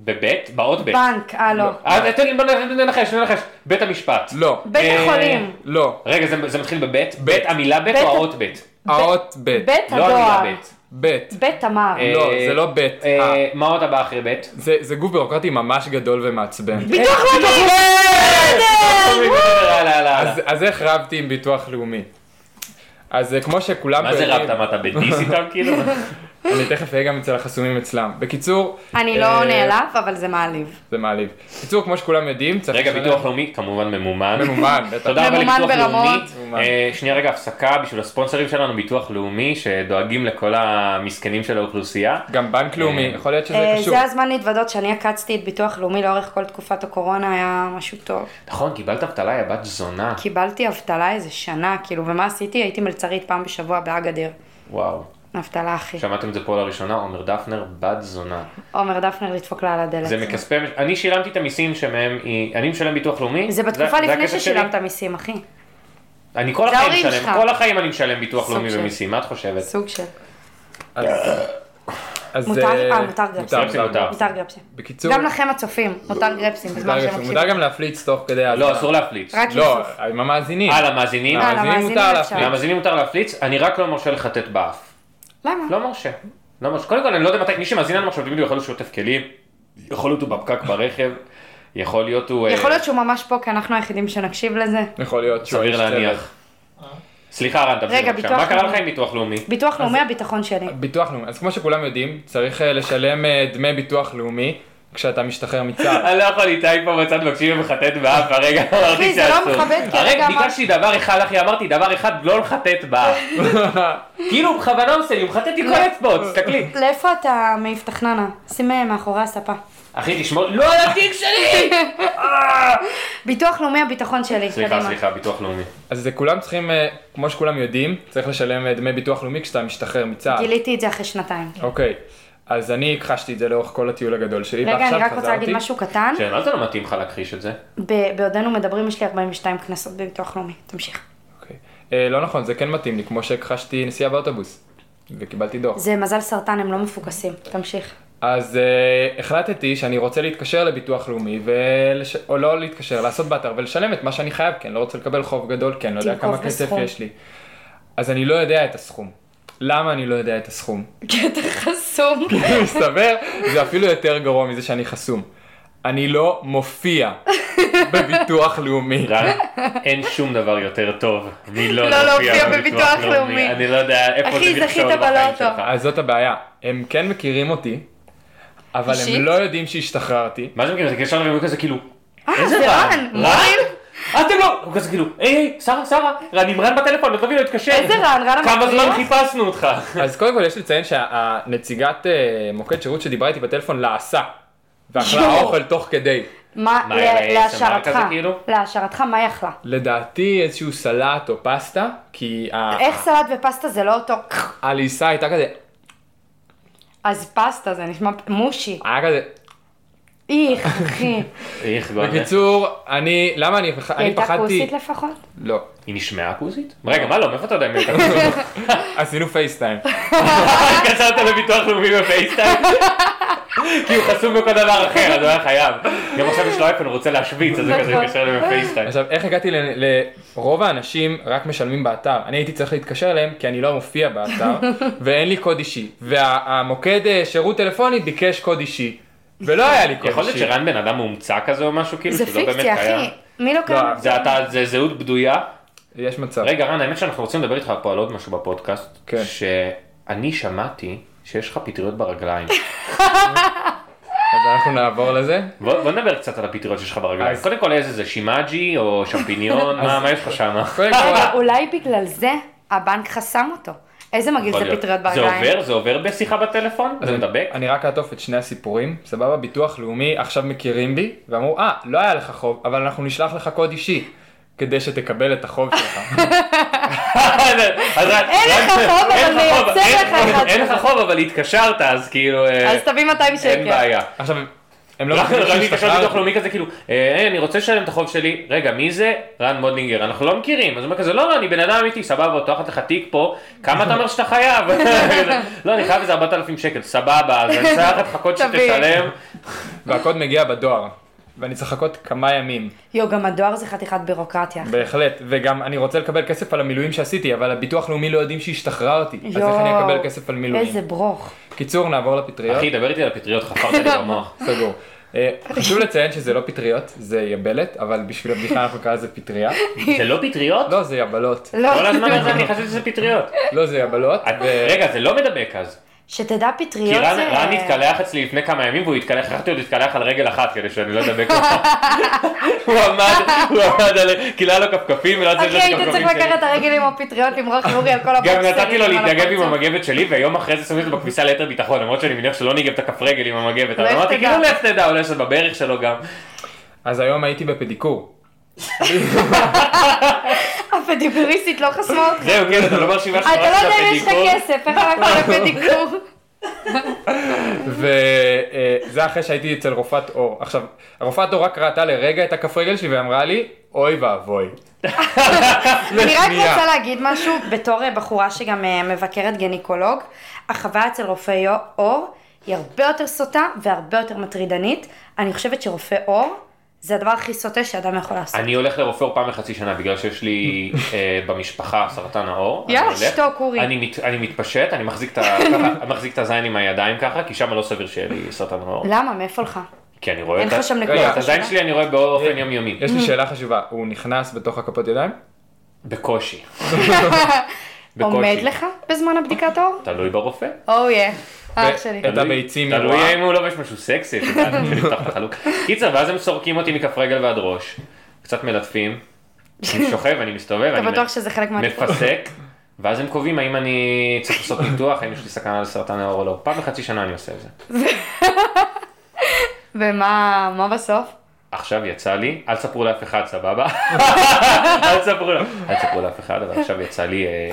[SPEAKER 3] בבית? באות בית.
[SPEAKER 2] בנק, אה לא.
[SPEAKER 3] אז תן לי, בוא ננחש, ננחש. בית המשפט.
[SPEAKER 1] לא,
[SPEAKER 2] בית
[SPEAKER 3] אה,
[SPEAKER 2] החולים.
[SPEAKER 1] לא.
[SPEAKER 3] רגע, זה- זה מתחיל בבית? בית המילה בית
[SPEAKER 2] בית-
[SPEAKER 3] או האות בית?
[SPEAKER 1] האות בית.
[SPEAKER 2] בית
[SPEAKER 3] לא המילה
[SPEAKER 2] הדואר.
[SPEAKER 3] בית.
[SPEAKER 1] בית.
[SPEAKER 2] בית תמר.
[SPEAKER 1] לא,
[SPEAKER 3] אה,
[SPEAKER 1] זה לא בית.
[SPEAKER 3] אה,
[SPEAKER 1] אה.
[SPEAKER 3] מה עוד הבא אחרי
[SPEAKER 2] אה,
[SPEAKER 3] בית?
[SPEAKER 1] זה זה גוף בירוקרטי ממש גדול ומעצבן.
[SPEAKER 2] ביטוח לאומי!
[SPEAKER 3] אה, הלאה, הלאה, הלאה.
[SPEAKER 1] אז- אז איך רבתי עם ביטוח לאומי? אז אה, כמו שכולם...
[SPEAKER 3] מה זה
[SPEAKER 1] יודעים-
[SPEAKER 3] רבת? מה אתה
[SPEAKER 1] (laughs)
[SPEAKER 3] בדיס איתם כאילו?
[SPEAKER 1] אני תכף אהיה גם אצל החסומים אצלם. בקיצור...
[SPEAKER 2] אני
[SPEAKER 1] אה,
[SPEAKER 2] לא נעלב, אבל זה מעליב.
[SPEAKER 1] זה מעליב. בקיצור, כמו שכולם יודעים, צריך...
[SPEAKER 3] רגע,
[SPEAKER 1] לשלם-
[SPEAKER 3] ביטוח לא- לאומי כמובן ממומן.
[SPEAKER 1] ממומן, בטח.
[SPEAKER 3] תודה רבה
[SPEAKER 2] ממומן
[SPEAKER 3] לביטוח
[SPEAKER 2] ברמות.
[SPEAKER 3] לאומי. אה, שנייה רגע הפסקה בשביל הספונסרים שלנו ביטוח לאומי שדואגים לכל המסכנים של האוכלוסייה.
[SPEAKER 1] גם בנק לאומי,
[SPEAKER 3] אה,
[SPEAKER 1] יכול להיות שזה
[SPEAKER 2] אה,
[SPEAKER 1] קשור.
[SPEAKER 2] זה הזמן להתוודות שאני עקצתי את ביטוח לאומי לאורך כל תקופת הקורונה, היה משהו טוב.
[SPEAKER 3] נכון, קיבלת אבטלה, יא בת זונה.
[SPEAKER 2] קיבלתי אבטלה איזה שנה, כאילו, ומה עשיתי? הייתי מלצרית פעם בשבוע באגדיר.
[SPEAKER 3] וואו.
[SPEAKER 2] אבטלה, אחי.
[SPEAKER 3] שמעתם את זה פה לראשונה, עומר דפנר, בת זונה.
[SPEAKER 2] עומר דפנר לדפוק לה על הדלת.
[SPEAKER 3] זה מכספי, אני שילמתי את המיסים שמהם, היא- אני משלם ביטוח לאומי.
[SPEAKER 2] זה בתקופה לפני
[SPEAKER 3] הכסף שלי.
[SPEAKER 2] ששילמת מיסים, אחי.
[SPEAKER 3] אני כל
[SPEAKER 2] זה
[SPEAKER 3] החיים
[SPEAKER 2] ההורים
[SPEAKER 3] משלם,
[SPEAKER 2] שלך.
[SPEAKER 3] כל החיים אני משלם ביטוח
[SPEAKER 2] סוג
[SPEAKER 3] לאומי
[SPEAKER 2] של.
[SPEAKER 3] ומיסים, מה את חושבת?
[SPEAKER 2] סוג של.
[SPEAKER 1] אז- אז...
[SPEAKER 2] מותר-
[SPEAKER 1] אה,
[SPEAKER 2] אה, מותר גם.
[SPEAKER 1] מותר,
[SPEAKER 3] מותר.
[SPEAKER 1] מותר.
[SPEAKER 2] מותר גרפסים.
[SPEAKER 1] בקיצור...
[SPEAKER 2] גם לכם הצופים, מותר גרפסים
[SPEAKER 1] מותר
[SPEAKER 2] בזמן
[SPEAKER 1] גם-
[SPEAKER 2] שהם מקשיבים.
[SPEAKER 1] מותר גם להפליץ תוך כדי...
[SPEAKER 3] לא,
[SPEAKER 1] ההאזנה.
[SPEAKER 3] אסור להפליץ.
[SPEAKER 2] רק
[SPEAKER 1] לא,
[SPEAKER 2] יוסף.
[SPEAKER 1] עם המאזינים.
[SPEAKER 3] אה, למאזינים?
[SPEAKER 2] אה, למאזינים
[SPEAKER 1] מותר
[SPEAKER 2] אפשר.
[SPEAKER 1] להפליץ.
[SPEAKER 3] למאזינים מותר להפליץ, אני רק לא מרשה לחטט באף.
[SPEAKER 2] למה?
[SPEAKER 3] לא מרשה. לא מרשה. קודם כל, אני לא יודע מתי, מי שמאזין לנו עכשיו, תמיד הוא יכול להיות שוטף כלים, יכול להיות הוא בפקק ברכב, יכול להיות הוא... אה,
[SPEAKER 2] יכול להיות שהוא ממש פה, כי אנחנו היחידים שנקשיב לזה.
[SPEAKER 1] יכול להיות שהוא
[SPEAKER 3] סביר
[SPEAKER 1] איש צוות.
[SPEAKER 3] להניח. סליחה, רן, תמשיך
[SPEAKER 2] רגע,
[SPEAKER 3] בבקשה.
[SPEAKER 2] ביטוח
[SPEAKER 3] מה קרה
[SPEAKER 2] לאומי.
[SPEAKER 3] לך עם ביטוח לאומי?
[SPEAKER 2] ביטוח לאומי הביטחון שלי.
[SPEAKER 1] ביטוח לאומי. אז כמו שכולם יודעים, צריך אה, לשלם אה, דמי ביטוח לאומי כשאתה משתחרר מצה"ל.
[SPEAKER 3] (laughs) אני לא יכול, איתי פה בצד מקשיב ומחטט באף, הרגע אמרתי
[SPEAKER 2] אחי,
[SPEAKER 3] שאסור.
[SPEAKER 2] זה לא מכבד,
[SPEAKER 3] הרגע
[SPEAKER 2] כי הרגע אמר-
[SPEAKER 3] ביקשתי דבר אחד, אחי, אמרתי דבר אחד, לא לחטט באף. כאילו, הוא בכוונה עושה לי, הוא מחטט
[SPEAKER 2] לא.
[SPEAKER 3] לי כל האצבעות, תסתכלי.
[SPEAKER 2] לאיפה אתה מאבטחננה? שים אה, מאחורי הספה.
[SPEAKER 3] אחי, תשמור, לא על התיק שלי!
[SPEAKER 2] (laughs) ביטוח לאומי הביטחון שלי.
[SPEAKER 3] סליחה,
[SPEAKER 2] קדימה.
[SPEAKER 3] סליחה, ביטוח לאומי.
[SPEAKER 1] אז זה כולם צריכים, אה, כמו שכולם יודעים, צריך לשלם אה, דמי ביטוח לאומי כשאתה משתחרר מצה"ל.
[SPEAKER 2] גיליתי את זה אחרי שנתיים.
[SPEAKER 1] אוקיי, אז אני הכחשתי את זה לאורך כל הטיול הגדול שלי,
[SPEAKER 2] רגע,
[SPEAKER 1] ועכשיו
[SPEAKER 2] אני רק רוצה
[SPEAKER 1] חזרתי.
[SPEAKER 2] להגיד משהו קטן.
[SPEAKER 3] כן, מה זה לא מתאים לך להכחיש את זה?
[SPEAKER 2] ב- בעודנו מדברים, יש לי 42 קנסות בביטוח לאומי. תמשיך.
[SPEAKER 1] אוקיי. אה, לא נכון, זה כן מתאים לי, כמו שהכחשתי נסיעה באוטובוס, וקיבלתי דוח.
[SPEAKER 2] זה מזל סרטן, הם לא מפוקסים. תמשיך.
[SPEAKER 1] אז uh, החלטתי שאני רוצה להתקשר לביטוח לאומי, ולש... או לא להתקשר, לעשות באתר ולשלם את מה שאני חייב, כי אני לא רוצה לקבל חוב גדול, כי אני לא יודע
[SPEAKER 2] תנקוב
[SPEAKER 1] כמה כסף
[SPEAKER 2] בסכום.
[SPEAKER 1] יש לי. אז אני לא יודע את הסכום. למה אני לא יודע את הסכום? (laughs)
[SPEAKER 2] כי אתה חסום.
[SPEAKER 1] מסתבר, זה אפילו יותר גרוע מזה שאני חסום. אני לא מופיע בביטוח
[SPEAKER 3] (laughs)
[SPEAKER 1] לאומי.
[SPEAKER 3] רן, אין שום דבר יותר טוב מלא
[SPEAKER 2] לא
[SPEAKER 3] להופיע
[SPEAKER 2] להופיע
[SPEAKER 3] בביטוח
[SPEAKER 2] בביטוח
[SPEAKER 3] לאומי.
[SPEAKER 2] לאומי.
[SPEAKER 3] אני לא יודע איפה
[SPEAKER 2] אחי,
[SPEAKER 3] זה מכשול
[SPEAKER 2] זכית
[SPEAKER 3] בחיים
[SPEAKER 2] בלוטו.
[SPEAKER 3] שלך.
[SPEAKER 1] אז זאת הבעיה, הם כן מכירים אותי, אבל
[SPEAKER 2] אישית?
[SPEAKER 1] הם לא יודעים שהשתחררתי.
[SPEAKER 3] מה זה מכיר? זה קשר להם כזה כאילו, איזה
[SPEAKER 2] אה,
[SPEAKER 1] אה,
[SPEAKER 2] זה
[SPEAKER 3] רן?
[SPEAKER 2] רן, מוביל.
[SPEAKER 3] אתם לא! הוא כזה כאילו, היי, היי, שרה, שרה, רן עם רן בטלפון, לא תביא לו להתקשר.
[SPEAKER 2] איזה רן? רן
[SPEAKER 3] כמה
[SPEAKER 2] המקליט?
[SPEAKER 3] זמן חיפשנו אותך.
[SPEAKER 1] אז קודם כל יש לציין שהנציגת אה, מוקד שירות שדיברה איתי בטלפון לעשה. ואכלה
[SPEAKER 2] יואו.
[SPEAKER 1] אוכל תוך כדי.
[SPEAKER 2] מה,
[SPEAKER 3] מה, אה,
[SPEAKER 2] ל-
[SPEAKER 3] היה לה ASMR
[SPEAKER 2] להשערתך,
[SPEAKER 3] כזה, כאילו?
[SPEAKER 2] להשערתך, מה היא אכלה?
[SPEAKER 1] לדעתי איזשהו סלט או פסטה, כי ה-
[SPEAKER 2] איך סלט ופסטה זה לא אותו...
[SPEAKER 1] הליסה הייתה כזה,
[SPEAKER 2] אז פסטה זה נשמע מושי.
[SPEAKER 1] היה כזה.
[SPEAKER 2] איך, אחי.
[SPEAKER 3] איך גודל.
[SPEAKER 1] בקיצור, אני, למה אני פח-
[SPEAKER 2] היא
[SPEAKER 1] אני
[SPEAKER 2] הייתה
[SPEAKER 1] פחדתי,
[SPEAKER 2] כוסית לפחות?
[SPEAKER 1] לא, (laughs)
[SPEAKER 3] היא נשמעה כוסית? רגע, מה לא? מאיפה אתה יודע אם היא
[SPEAKER 2] (laughs)
[SPEAKER 3] הייתה כוסית?
[SPEAKER 1] עשינו פייסטיים.
[SPEAKER 3] התקשרת לביטוח לאומי בפייסטיים? כי הוא חסום בכל דבר אחר, אז הוא היה חייב. גם עכשיו יש לו אייפון, הוא רוצה להשוויץ, אז הוא כזה
[SPEAKER 2] נכון.
[SPEAKER 3] מתקשר אליו בפייסטיים.
[SPEAKER 1] עכשיו, איך הגעתי ל- לרוב האנשים רק משלמים באתר? אני הייתי צריך להתקשר אליהם כי אני לא מופיע באתר,
[SPEAKER 2] (laughs)
[SPEAKER 1] ואין לי קוד אישי. והמוקד אה, שירות טלפוני ביקש קוד אישי, ולא היה לי קוד אישי.
[SPEAKER 3] יכול להיות שרן בן אדם מומצא כזה או משהו כאילו,
[SPEAKER 2] זה
[SPEAKER 3] שהוא לא באמת
[SPEAKER 2] פיקציה,
[SPEAKER 3] קיים.
[SPEAKER 2] אחי. מי לא קיים?
[SPEAKER 3] זה אתה- זה זהות בדויה.
[SPEAKER 1] יש מצב.
[SPEAKER 3] רגע רן, האמת שאנחנו רוצים לדבר איתך פה על עוד משהו בפודקאסט.
[SPEAKER 1] כן.
[SPEAKER 3] שאני שמעתי שיש לך פטריות ברגליים.
[SPEAKER 1] אז אנחנו נעבור לזה.
[SPEAKER 3] בוא, בוא נדבר קצת על הפטריות שיש לך ברגליים.
[SPEAKER 1] אז-
[SPEAKER 3] קודם כל איזה זה, שימאג'י או
[SPEAKER 2] (laughs)
[SPEAKER 3] שמפיניון, מה, מה יש לך שם?
[SPEAKER 1] קודם כל,
[SPEAKER 2] רגע, אולי בגלל זה הבנק חסם אותו. איזה מגעיל זה פטריות
[SPEAKER 3] זה
[SPEAKER 2] ברגליים.
[SPEAKER 3] עובר, זה עובר בשיחה בטלפון?
[SPEAKER 1] אז
[SPEAKER 3] זה
[SPEAKER 1] אני-
[SPEAKER 2] (laughs)
[SPEAKER 3] מדבק? (laughs)
[SPEAKER 1] אני רק אעטוף את שני הסיפורים, סבבה? ביטוח לאומי עכשיו מכירים בי, ואמרו, אה, לא היה לך חוב, אבל אנחנו נשלח לך קוד אישי, כדי שתקבל את החוב (laughs) שלך.
[SPEAKER 3] אז רק-
[SPEAKER 2] אין
[SPEAKER 3] רק-
[SPEAKER 2] לך חוב, אבל
[SPEAKER 3] אין לך חוב,
[SPEAKER 2] מייצר
[SPEAKER 3] אין-
[SPEAKER 2] לך אחד.
[SPEAKER 3] אין לך חוב, אבל התקשרת, אז כאילו, אה,
[SPEAKER 2] אז תביא 200 שקל.
[SPEAKER 3] אין בעיה.
[SPEAKER 1] עכשיו, הם לא
[SPEAKER 3] רן
[SPEAKER 1] מבינים
[SPEAKER 3] רן התקשר לביטוח
[SPEAKER 1] שהשתחררתי.
[SPEAKER 3] לאומי כזה כאילו, "אה, היי, אני רוצה לשלם את החוב שלי, רגע מי זה? רן מודלינגר, אנחנו לא מכירים, אז הוא אומר כזה לא לא אני בן אדם אמיתי, סבבה, תחת לך תיק פה, כמה אתה אומר שאתה חייב? (laughs) לא אני חייב איזה 4,000 שקל, סבבה, אז אני צריך לחכות
[SPEAKER 2] תביא.
[SPEAKER 3] שתשלם,
[SPEAKER 1] והקוד מגיע בדואר, ואני צריך לחכות כמה ימים,
[SPEAKER 2] יו, גם הדואר זה חתיכת בירוקרטיה.
[SPEAKER 1] בהחלט, וגם אני רוצה לקבל כסף על המילואים שעשיתי, אבל הביטוח לאומי לא יודעים שהשתחררתי, אז איך אני
[SPEAKER 2] יואו,
[SPEAKER 1] אקבל כסף על מילואים?
[SPEAKER 2] איזה ברוך.
[SPEAKER 1] קיצור, נעבור לפטריות.
[SPEAKER 3] אחי דבר איתי על הפטריות חפרת לי במוח,
[SPEAKER 1] סגור. אה, חשוב לציין שזה לא פטריות, זה יבלת, אבל בשביל הבדיחה אנחנו נקרא לזה פטריה.
[SPEAKER 3] זה לא
[SPEAKER 1] (laughs)
[SPEAKER 3] פטריות?
[SPEAKER 1] לא, זה יבלות.
[SPEAKER 2] לא,
[SPEAKER 3] כל הזמן הזה אני חשבתי שזה פטריות,
[SPEAKER 1] לא, זה יבלות.
[SPEAKER 3] את- רגע זה לא מדבק אז,
[SPEAKER 2] שתדע
[SPEAKER 3] כי
[SPEAKER 2] פטריות אה,
[SPEAKER 3] רן
[SPEAKER 2] זה...
[SPEAKER 3] רן התקלח אצלי לפני כמה ימים והוא התקלח, הכרחתי אותו להתקלח על רגל אחת כדי שאני לא אדבק אותו.
[SPEAKER 2] (laughs)
[SPEAKER 3] הוא עמד, הוא עמד על, כי לא היה לו כפכפים ולא היה
[SPEAKER 2] אחי,
[SPEAKER 3] צריך
[SPEAKER 2] היית
[SPEAKER 3] לו
[SPEAKER 2] אוקיי, צריך
[SPEAKER 3] כפכפים
[SPEAKER 2] לקחת
[SPEAKER 3] שלי.
[SPEAKER 2] את הרגל עם הפטריות, למרוח לאורי על כל הבוקסרים.
[SPEAKER 3] גם נתתי לו
[SPEAKER 2] על
[SPEAKER 3] להתנגב עם
[SPEAKER 2] הפרצוף.
[SPEAKER 3] המגבת שלי ויום אחרי זה שמתי אותו בכביסה ליתר ביטחון למרות שאני מניח שלא ניגב את הכף רגל עם המגבת. אבל
[SPEAKER 2] לך
[SPEAKER 3] אמרתי
[SPEAKER 2] תדע.
[SPEAKER 3] כאילו לך תדע, אולי יש לו בברך שלו
[SPEAKER 2] (laughs)
[SPEAKER 3] גם.
[SPEAKER 1] אז היום הייתי בפדיקור.
[SPEAKER 2] הפדיבוריסטית לא חסמה אותך.
[SPEAKER 3] זהו כן אתה לא מרשימה
[SPEAKER 2] אתה לא יודע אם יש לך
[SPEAKER 3] פדיקור.
[SPEAKER 2] כסף, איך
[SPEAKER 3] אה.
[SPEAKER 2] הלכת לפדיקור?
[SPEAKER 1] וזה אה, אחרי שהייתי אצל רופאת עור. עכשיו, הרופאת עור רק ראתה לרגע את הכף רגל שלי ואמרה לי, אוי ואבוי.
[SPEAKER 3] לא,
[SPEAKER 2] אני רק
[SPEAKER 1] לשנייה.
[SPEAKER 2] רוצה להגיד משהו, בתור אה, בחורה שגם אה, מבקרת גניקולוג, החוויה אצל רופא יו- עור היא הרבה יותר סוטה והרבה יותר מטרידנית. אני חושבת שרופא עור זה הדבר הכי סוטה שאדם יכול לעשות.
[SPEAKER 3] אני הולך לרופא עור פעם בחצי שנה בגלל שיש
[SPEAKER 2] (laughs)
[SPEAKER 3] לי אה, במשפחה סרטן העור.
[SPEAKER 2] יאללה,
[SPEAKER 3] אני הולך,
[SPEAKER 2] שתוק, אורי.
[SPEAKER 3] אני מת- אני מתפשט, אני מחזיק את
[SPEAKER 2] (laughs)
[SPEAKER 3] ה- ככה, מחזיק את הזין עם הידיים ככה, כי שם לא סביר שיהיה לי סרטן העור.
[SPEAKER 2] למה? מאיפה לך?
[SPEAKER 3] כי אני רואה
[SPEAKER 2] לא, אין
[SPEAKER 3] את ה-
[SPEAKER 2] לך שם
[SPEAKER 3] לא,
[SPEAKER 2] נקודה
[SPEAKER 3] את הזין
[SPEAKER 2] חשובה?
[SPEAKER 3] שלי אני רואה באופן יומיומי.
[SPEAKER 1] יש לי שאלה חשובה, הוא נכנס בתוך הכפות ידיים?
[SPEAKER 3] בקושי. בקושי.
[SPEAKER 2] עומד לך בזמן הבדיקת עור?
[SPEAKER 3] תלוי ברופא.
[SPEAKER 2] או יא, אח
[SPEAKER 1] ו-
[SPEAKER 2] שלי.
[SPEAKER 1] את
[SPEAKER 3] תלוי-
[SPEAKER 1] הביצים היא
[SPEAKER 3] תלוי
[SPEAKER 1] רואה.
[SPEAKER 3] אם הוא לובש משהו סקסי, את
[SPEAKER 1] (laughs)
[SPEAKER 3] יודעת, בשביל לפתוח את החלוק. קיצר, ואז הם סורקים אותי מכף רגל ועד ראש, קצת מלטפים,
[SPEAKER 2] (laughs)
[SPEAKER 3] אני שוכב, אני מסתובב, אני
[SPEAKER 2] אתה בטוח
[SPEAKER 3] מ-
[SPEAKER 2] שזה חלק מהטיפול?
[SPEAKER 3] מפסק, ואז הם קובעים האם אני צריך לעשות ניתוח, האם יש לי סכנה לסרטן העור או לא. פעם בחצי שנה אני עושה את זה.
[SPEAKER 2] ומה מה בסוף?
[SPEAKER 3] עכשיו יצא לי, אל תספרו לאף אחד,
[SPEAKER 2] (laughs)
[SPEAKER 3] סבבה? אל תספרו לאף- אל תספרו לאף אחד, אבל עכשיו יצא לי, אה,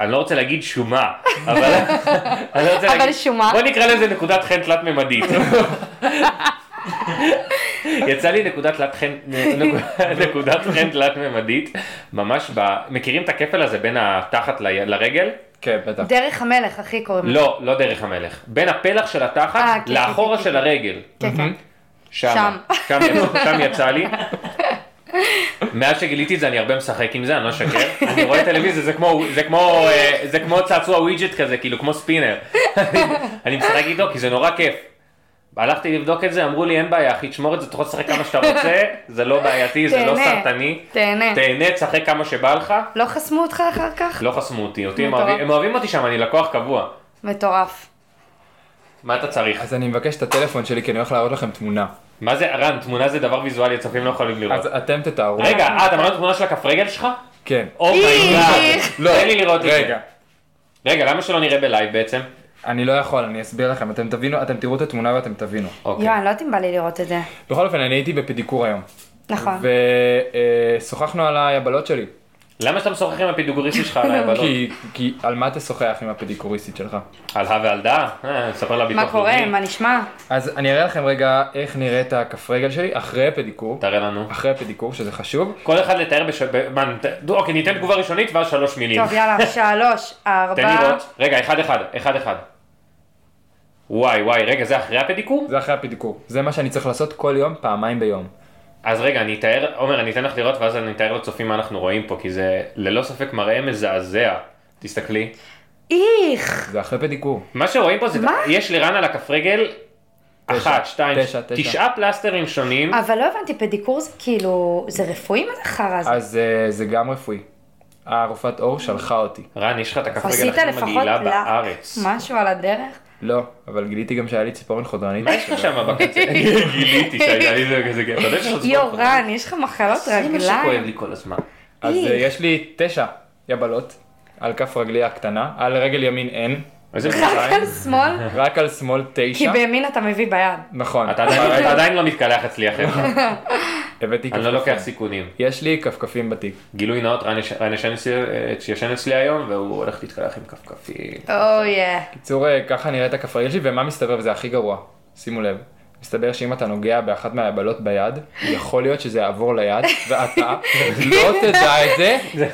[SPEAKER 3] אני לא רוצה להגיד שומה,
[SPEAKER 2] (laughs)
[SPEAKER 3] אבל אני לא רוצה
[SPEAKER 2] אבל
[SPEAKER 3] להגיד,
[SPEAKER 2] שומה.
[SPEAKER 3] בוא נקרא לזה נקודת חן תלת
[SPEAKER 2] (laughs)
[SPEAKER 3] ממדית. יצא לי נקודת תלת חן,
[SPEAKER 2] (laughs)
[SPEAKER 3] נק- נקודת חן תלת ממדית, ממש ב... מכירים את הכפל הזה בין התחת ל- לרגל?
[SPEAKER 1] כן, בטח.
[SPEAKER 2] דרך המלך, אחי קוראים לזה.
[SPEAKER 3] לא, לא דרך המלך. בין הפלח של
[SPEAKER 2] אה,
[SPEAKER 3] התחת
[SPEAKER 2] כן,
[SPEAKER 3] לאחורה
[SPEAKER 2] כן,
[SPEAKER 3] של
[SPEAKER 2] כן.
[SPEAKER 3] הרגל.
[SPEAKER 2] כן, כן.
[SPEAKER 3] שם, שם,
[SPEAKER 2] (laughs)
[SPEAKER 3] יצא- שם יצא לי. מאז שגיליתי את זה אני הרבה משחק עם זה, אני לא אשקר. אני רואה טלוויזיה, זה כמו, זה כמו, אה, זה כמו צעצוע ווידג'ט כזה, כאילו כמו ספינר. (laughs) אני- אני משחק איתו כי זה נורא כיף. הלכתי לבדוק את זה, אמרו לי אין בעיה אחי, תשמור את זה, אתה יכול לשחק כמה שאתה רוצה, זה לא בעייתי, זה לא
[SPEAKER 2] תהנה.
[SPEAKER 3] סרטני.
[SPEAKER 2] תהנה.
[SPEAKER 3] תהנה, תשחק כמה שבא לך.
[SPEAKER 2] לא חסמו אותך אחר כך?
[SPEAKER 3] לא חסמו אותי, אותי הם
[SPEAKER 2] מטורף.
[SPEAKER 3] אוהבים- הם אוהבים אותי שם, אני לקוח קבוע.
[SPEAKER 2] מטורף.
[SPEAKER 3] מה אתה צריך?
[SPEAKER 1] אז אני מבקש את הטלפון שלי כי אני הולך להראות לכם תמונה.
[SPEAKER 3] מה זה, רן, תמונה זה דבר ויזואלי, הצופים לא יכולים לראות.
[SPEAKER 1] אז אתם תתארו.
[SPEAKER 3] רגע, אה, אתה מראה תמונה של הכף רגל שלך?
[SPEAKER 1] כן.
[SPEAKER 3] אומייגאד.
[SPEAKER 2] איך?
[SPEAKER 1] לא.
[SPEAKER 3] תן לי לראות את זה.
[SPEAKER 1] רגע.
[SPEAKER 3] רגע, למה שלא נראה בלייב בעצם?
[SPEAKER 1] אני לא יכול, אני אסביר לכם, אתם תבינו, אתם תראו את התמונה ואתם תבינו.
[SPEAKER 3] אוקיי.
[SPEAKER 2] יואו, אני לא יודעת אם בא לי לראות את זה.
[SPEAKER 1] בכל אופן, אני הייתי בפדיקור היום,
[SPEAKER 2] נכון.
[SPEAKER 1] ושוחחנו על היבלות שלי.
[SPEAKER 3] למה שאתה משוחח עם הפידוגוריסטי שלך על היבלות?
[SPEAKER 1] כי, כי על מה תשוחח עם הפדיקוריסטית שלך?
[SPEAKER 3] על הא ועל דא? אה, ספר לה ביטוח
[SPEAKER 2] מה קורה? מה נשמע?
[SPEAKER 1] אז אני אראה לכם רגע איך נראית הכף רגל שלי אחרי הפדיקור,
[SPEAKER 3] תראה לנו.
[SPEAKER 1] אחרי הפדיקור שזה חשוב.
[SPEAKER 3] כל אחד לתאר בש... ב- מה, נת- אוקיי, ניתן תגובה ראשונית ואז שלוש מילים.
[SPEAKER 2] טוב,
[SPEAKER 3] (laughs)
[SPEAKER 2] יאללה, שלוש, ארבע.
[SPEAKER 3] תן לראות. רגע, אחד אחד, אחד אחד. וואי וואי, רגע, זה אחרי הפדיקור?
[SPEAKER 1] זה אחרי הפדיקור, זה מה שאני צריך לעשות כל יום, פעמיים ביום.
[SPEAKER 3] אז רגע, אני אתאר, עומר, אני אתן לך לראות ואז אני אתאר לצופים מה אנחנו רואים פה, כי זה ללא ספק מראה מזעזע. תסתכלי.
[SPEAKER 2] איך!
[SPEAKER 1] זה אחרי פדיקור.
[SPEAKER 3] מה שרואים פה זה,
[SPEAKER 2] מה?
[SPEAKER 3] יש לרן על הכף רגל, אחת, שתיים,
[SPEAKER 1] תשע, תשע.
[SPEAKER 3] תשעה פלסטרים שונים,
[SPEAKER 2] אבל לא הבנתי, פדיקור זה כאילו, זה רפואי? מה זה חרא הזה?
[SPEAKER 1] אז אה, זה גם רפואי. הרופאת עור שלחה אותי.
[SPEAKER 3] רן יש לך את הכף רגל
[SPEAKER 2] עשית
[SPEAKER 3] הכי
[SPEAKER 2] לפחות
[SPEAKER 3] מגעילה
[SPEAKER 2] לה-
[SPEAKER 3] בארץ,
[SPEAKER 2] משהו על הדרך?
[SPEAKER 1] לא, אבל גיליתי גם שהיה לי ציפורן חודרנית.
[SPEAKER 3] מה יש לך שם
[SPEAKER 2] (laughs)
[SPEAKER 3] בקצה? גיליתי שהיה לי זה כזה כיף. אתה יודע שיש לך
[SPEAKER 2] יו,
[SPEAKER 3] ציפורן
[SPEAKER 2] רן, יש לך מחלות
[SPEAKER 3] חודרנית? זה מה שכואב
[SPEAKER 2] רגליים.
[SPEAKER 3] לי כל
[SPEAKER 2] (laughs)
[SPEAKER 3] הזמן.
[SPEAKER 1] אז אה,
[SPEAKER 2] איך.
[SPEAKER 1] יש לי תשע יבלות על כף רגלי הקטנה, על רגל ימין אין,
[SPEAKER 3] איזה
[SPEAKER 2] רק
[SPEAKER 3] מצרים.
[SPEAKER 2] על
[SPEAKER 3] (laughs)
[SPEAKER 2] שמאל,
[SPEAKER 1] רק על שמאל
[SPEAKER 2] כי
[SPEAKER 1] תשע.
[SPEAKER 2] בימין אתה מביא ביד.
[SPEAKER 1] נכון.
[SPEAKER 3] אתה עדיין- אתה עדיין לא מתקלח אצלי
[SPEAKER 2] (laughs)
[SPEAKER 3] אחר כך.
[SPEAKER 1] הבאתי
[SPEAKER 3] אני לא לוקח
[SPEAKER 1] כפכפים.
[SPEAKER 3] סיכונים.
[SPEAKER 1] יש לי כפכפים בתיק.
[SPEAKER 3] גילוי נאות, רן יש- רן ישן אצלי- אה, שישן אצלי היום, והוא הולך להתקלח עם כפכפים.
[SPEAKER 2] אוי, אה.
[SPEAKER 1] קיצור, אה, ככה נראית הכף רגל שלי, ומה מסתבר, וזה הכי גרוע, שימו לב. מסתבר שאם אתה נוגע באחת מהיבלות ביד, יכול להיות שזה יעבור ליד,
[SPEAKER 3] (laughs)
[SPEAKER 1] ואתה לא תדע את זה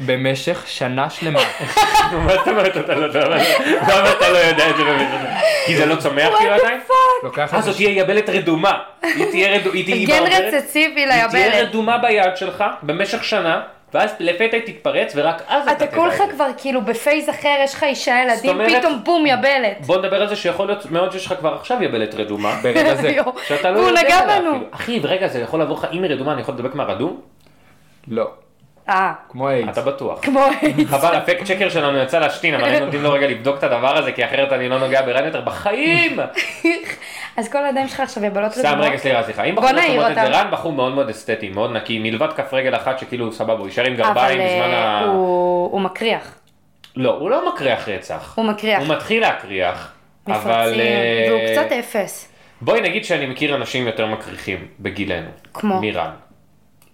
[SPEAKER 1] במשך שנה שלמה.
[SPEAKER 3] (laughs) אה, מה זאת אומרת אתה לא יודע? למה אתה לא יודע את זה באמת? כי זה לא צומח כאילו עדיין?
[SPEAKER 1] לוקח
[SPEAKER 3] אה,
[SPEAKER 1] את זה
[SPEAKER 3] זאת תהיה יבלת רדומה. היא תהיה רדומה. היא
[SPEAKER 2] גן
[SPEAKER 3] בעוברת-
[SPEAKER 2] רצסיבי
[SPEAKER 3] היא תהיה
[SPEAKER 2] ליבלת.
[SPEAKER 3] רדומה ביד שלך במשך שנה, ואז לפתע היא תתפרץ, ורק אז אתה
[SPEAKER 2] (laughs) אתה
[SPEAKER 3] תדע
[SPEAKER 2] כולך
[SPEAKER 3] את זה.
[SPEAKER 2] כבר כאילו בפייז אחר, יש לך אישה ילדים,
[SPEAKER 3] אומרת-
[SPEAKER 2] פתאום בום,
[SPEAKER 3] (laughs)
[SPEAKER 2] יבלת.
[SPEAKER 3] בוא נדבר על זה שיכול להיות מאוד שיש לך כבר עכשיו יבלת
[SPEAKER 2] (laughs)
[SPEAKER 3] רדומה.
[SPEAKER 1] ברגע זה.
[SPEAKER 2] יו,
[SPEAKER 3] שאתה לא
[SPEAKER 2] והוא
[SPEAKER 3] יודע
[SPEAKER 2] נגע
[SPEAKER 3] עליה
[SPEAKER 2] בנו.
[SPEAKER 3] אפילו. אחי, רגע, זה יכול לעבור לך, אם היא רדומה אני יכול לדבק מהרדום?
[SPEAKER 1] לא,
[SPEAKER 2] אה,
[SPEAKER 1] כמו איידס.
[SPEAKER 3] אתה בטוח.
[SPEAKER 2] כמו (laughs) איידס.
[SPEAKER 3] חבל, הפקט צ'קר שלנו יצא להשתין, אבל היינו נותנים לו רגע לבדוק את הדבר הזה, כי אחרת אני לא נוגע ברן יותר בחיים.
[SPEAKER 2] (laughs) אז כל הידיים שלך עכשיו יבלות
[SPEAKER 3] סתם רגע, סליחה, סליחה. אם
[SPEAKER 2] בוא
[SPEAKER 3] בחורות
[SPEAKER 2] נעיר
[SPEAKER 3] אומרות את זה,
[SPEAKER 2] אותם.
[SPEAKER 3] רן בחור מאוד מאוד אסתטי, מאוד נקי, מלבד כף רגל אחת שכאילו סבבה, הוא יישאר עם
[SPEAKER 2] אבל
[SPEAKER 3] גרביים בזמן
[SPEAKER 2] אה,
[SPEAKER 3] ה...
[SPEAKER 2] הוא הוא מקריח.
[SPEAKER 3] לא, הוא לא מקריח רצח.
[SPEAKER 2] הוא מקריח.
[SPEAKER 3] הוא מתחיל להקריח. אבל...
[SPEAKER 2] מפרצים,
[SPEAKER 3] אה,
[SPEAKER 2] והוא קצת אפס.
[SPEAKER 3] בואי נגיד שאני מכיר אנשים יותר מקריחים בגילנו.
[SPEAKER 2] כמו? (laughs)
[SPEAKER 3] מרן.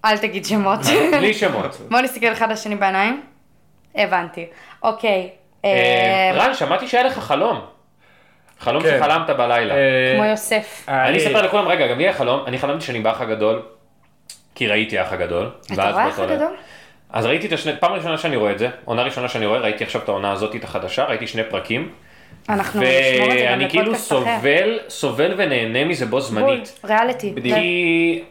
[SPEAKER 2] אל תגיד שמות.
[SPEAKER 3] (laughs)
[SPEAKER 2] (laughs)
[SPEAKER 3] בלי שמות.
[SPEAKER 2] בואו נסתכל אחד לשני בעיניים. הבנתי. אוקיי.
[SPEAKER 3] אה,
[SPEAKER 2] אה,
[SPEAKER 3] רן, שמעתי שהיה לך חלום. חלום
[SPEAKER 1] כן.
[SPEAKER 3] שחלמת בלילה.
[SPEAKER 1] אה,
[SPEAKER 2] כמו יוסף.
[SPEAKER 3] אני
[SPEAKER 1] אני-
[SPEAKER 3] אספר לכולם, רגע, גם לי היה חלום, אני חלמתי שאני באח הגדול, כי ראיתי האח הגדול.
[SPEAKER 2] אתה
[SPEAKER 3] ואז
[SPEAKER 2] רואה
[SPEAKER 3] באותו
[SPEAKER 2] אחד
[SPEAKER 3] לילה-
[SPEAKER 2] גדול?
[SPEAKER 3] אז ראיתי את השני, פעם ראשונה שאני רואה את זה, עונה ראשונה שאני רואה, ראיתי עכשיו את העונה הזאת, את החדשה, ראיתי שני פרקים,
[SPEAKER 2] אנחנו נשמור את זה גם
[SPEAKER 3] ואני כאילו
[SPEAKER 2] לפודקאסט אחר.
[SPEAKER 3] סובל, סובל ונהנה מזה בו
[SPEAKER 2] בול,
[SPEAKER 3] זמנית.
[SPEAKER 2] ריאליטי.
[SPEAKER 3] כי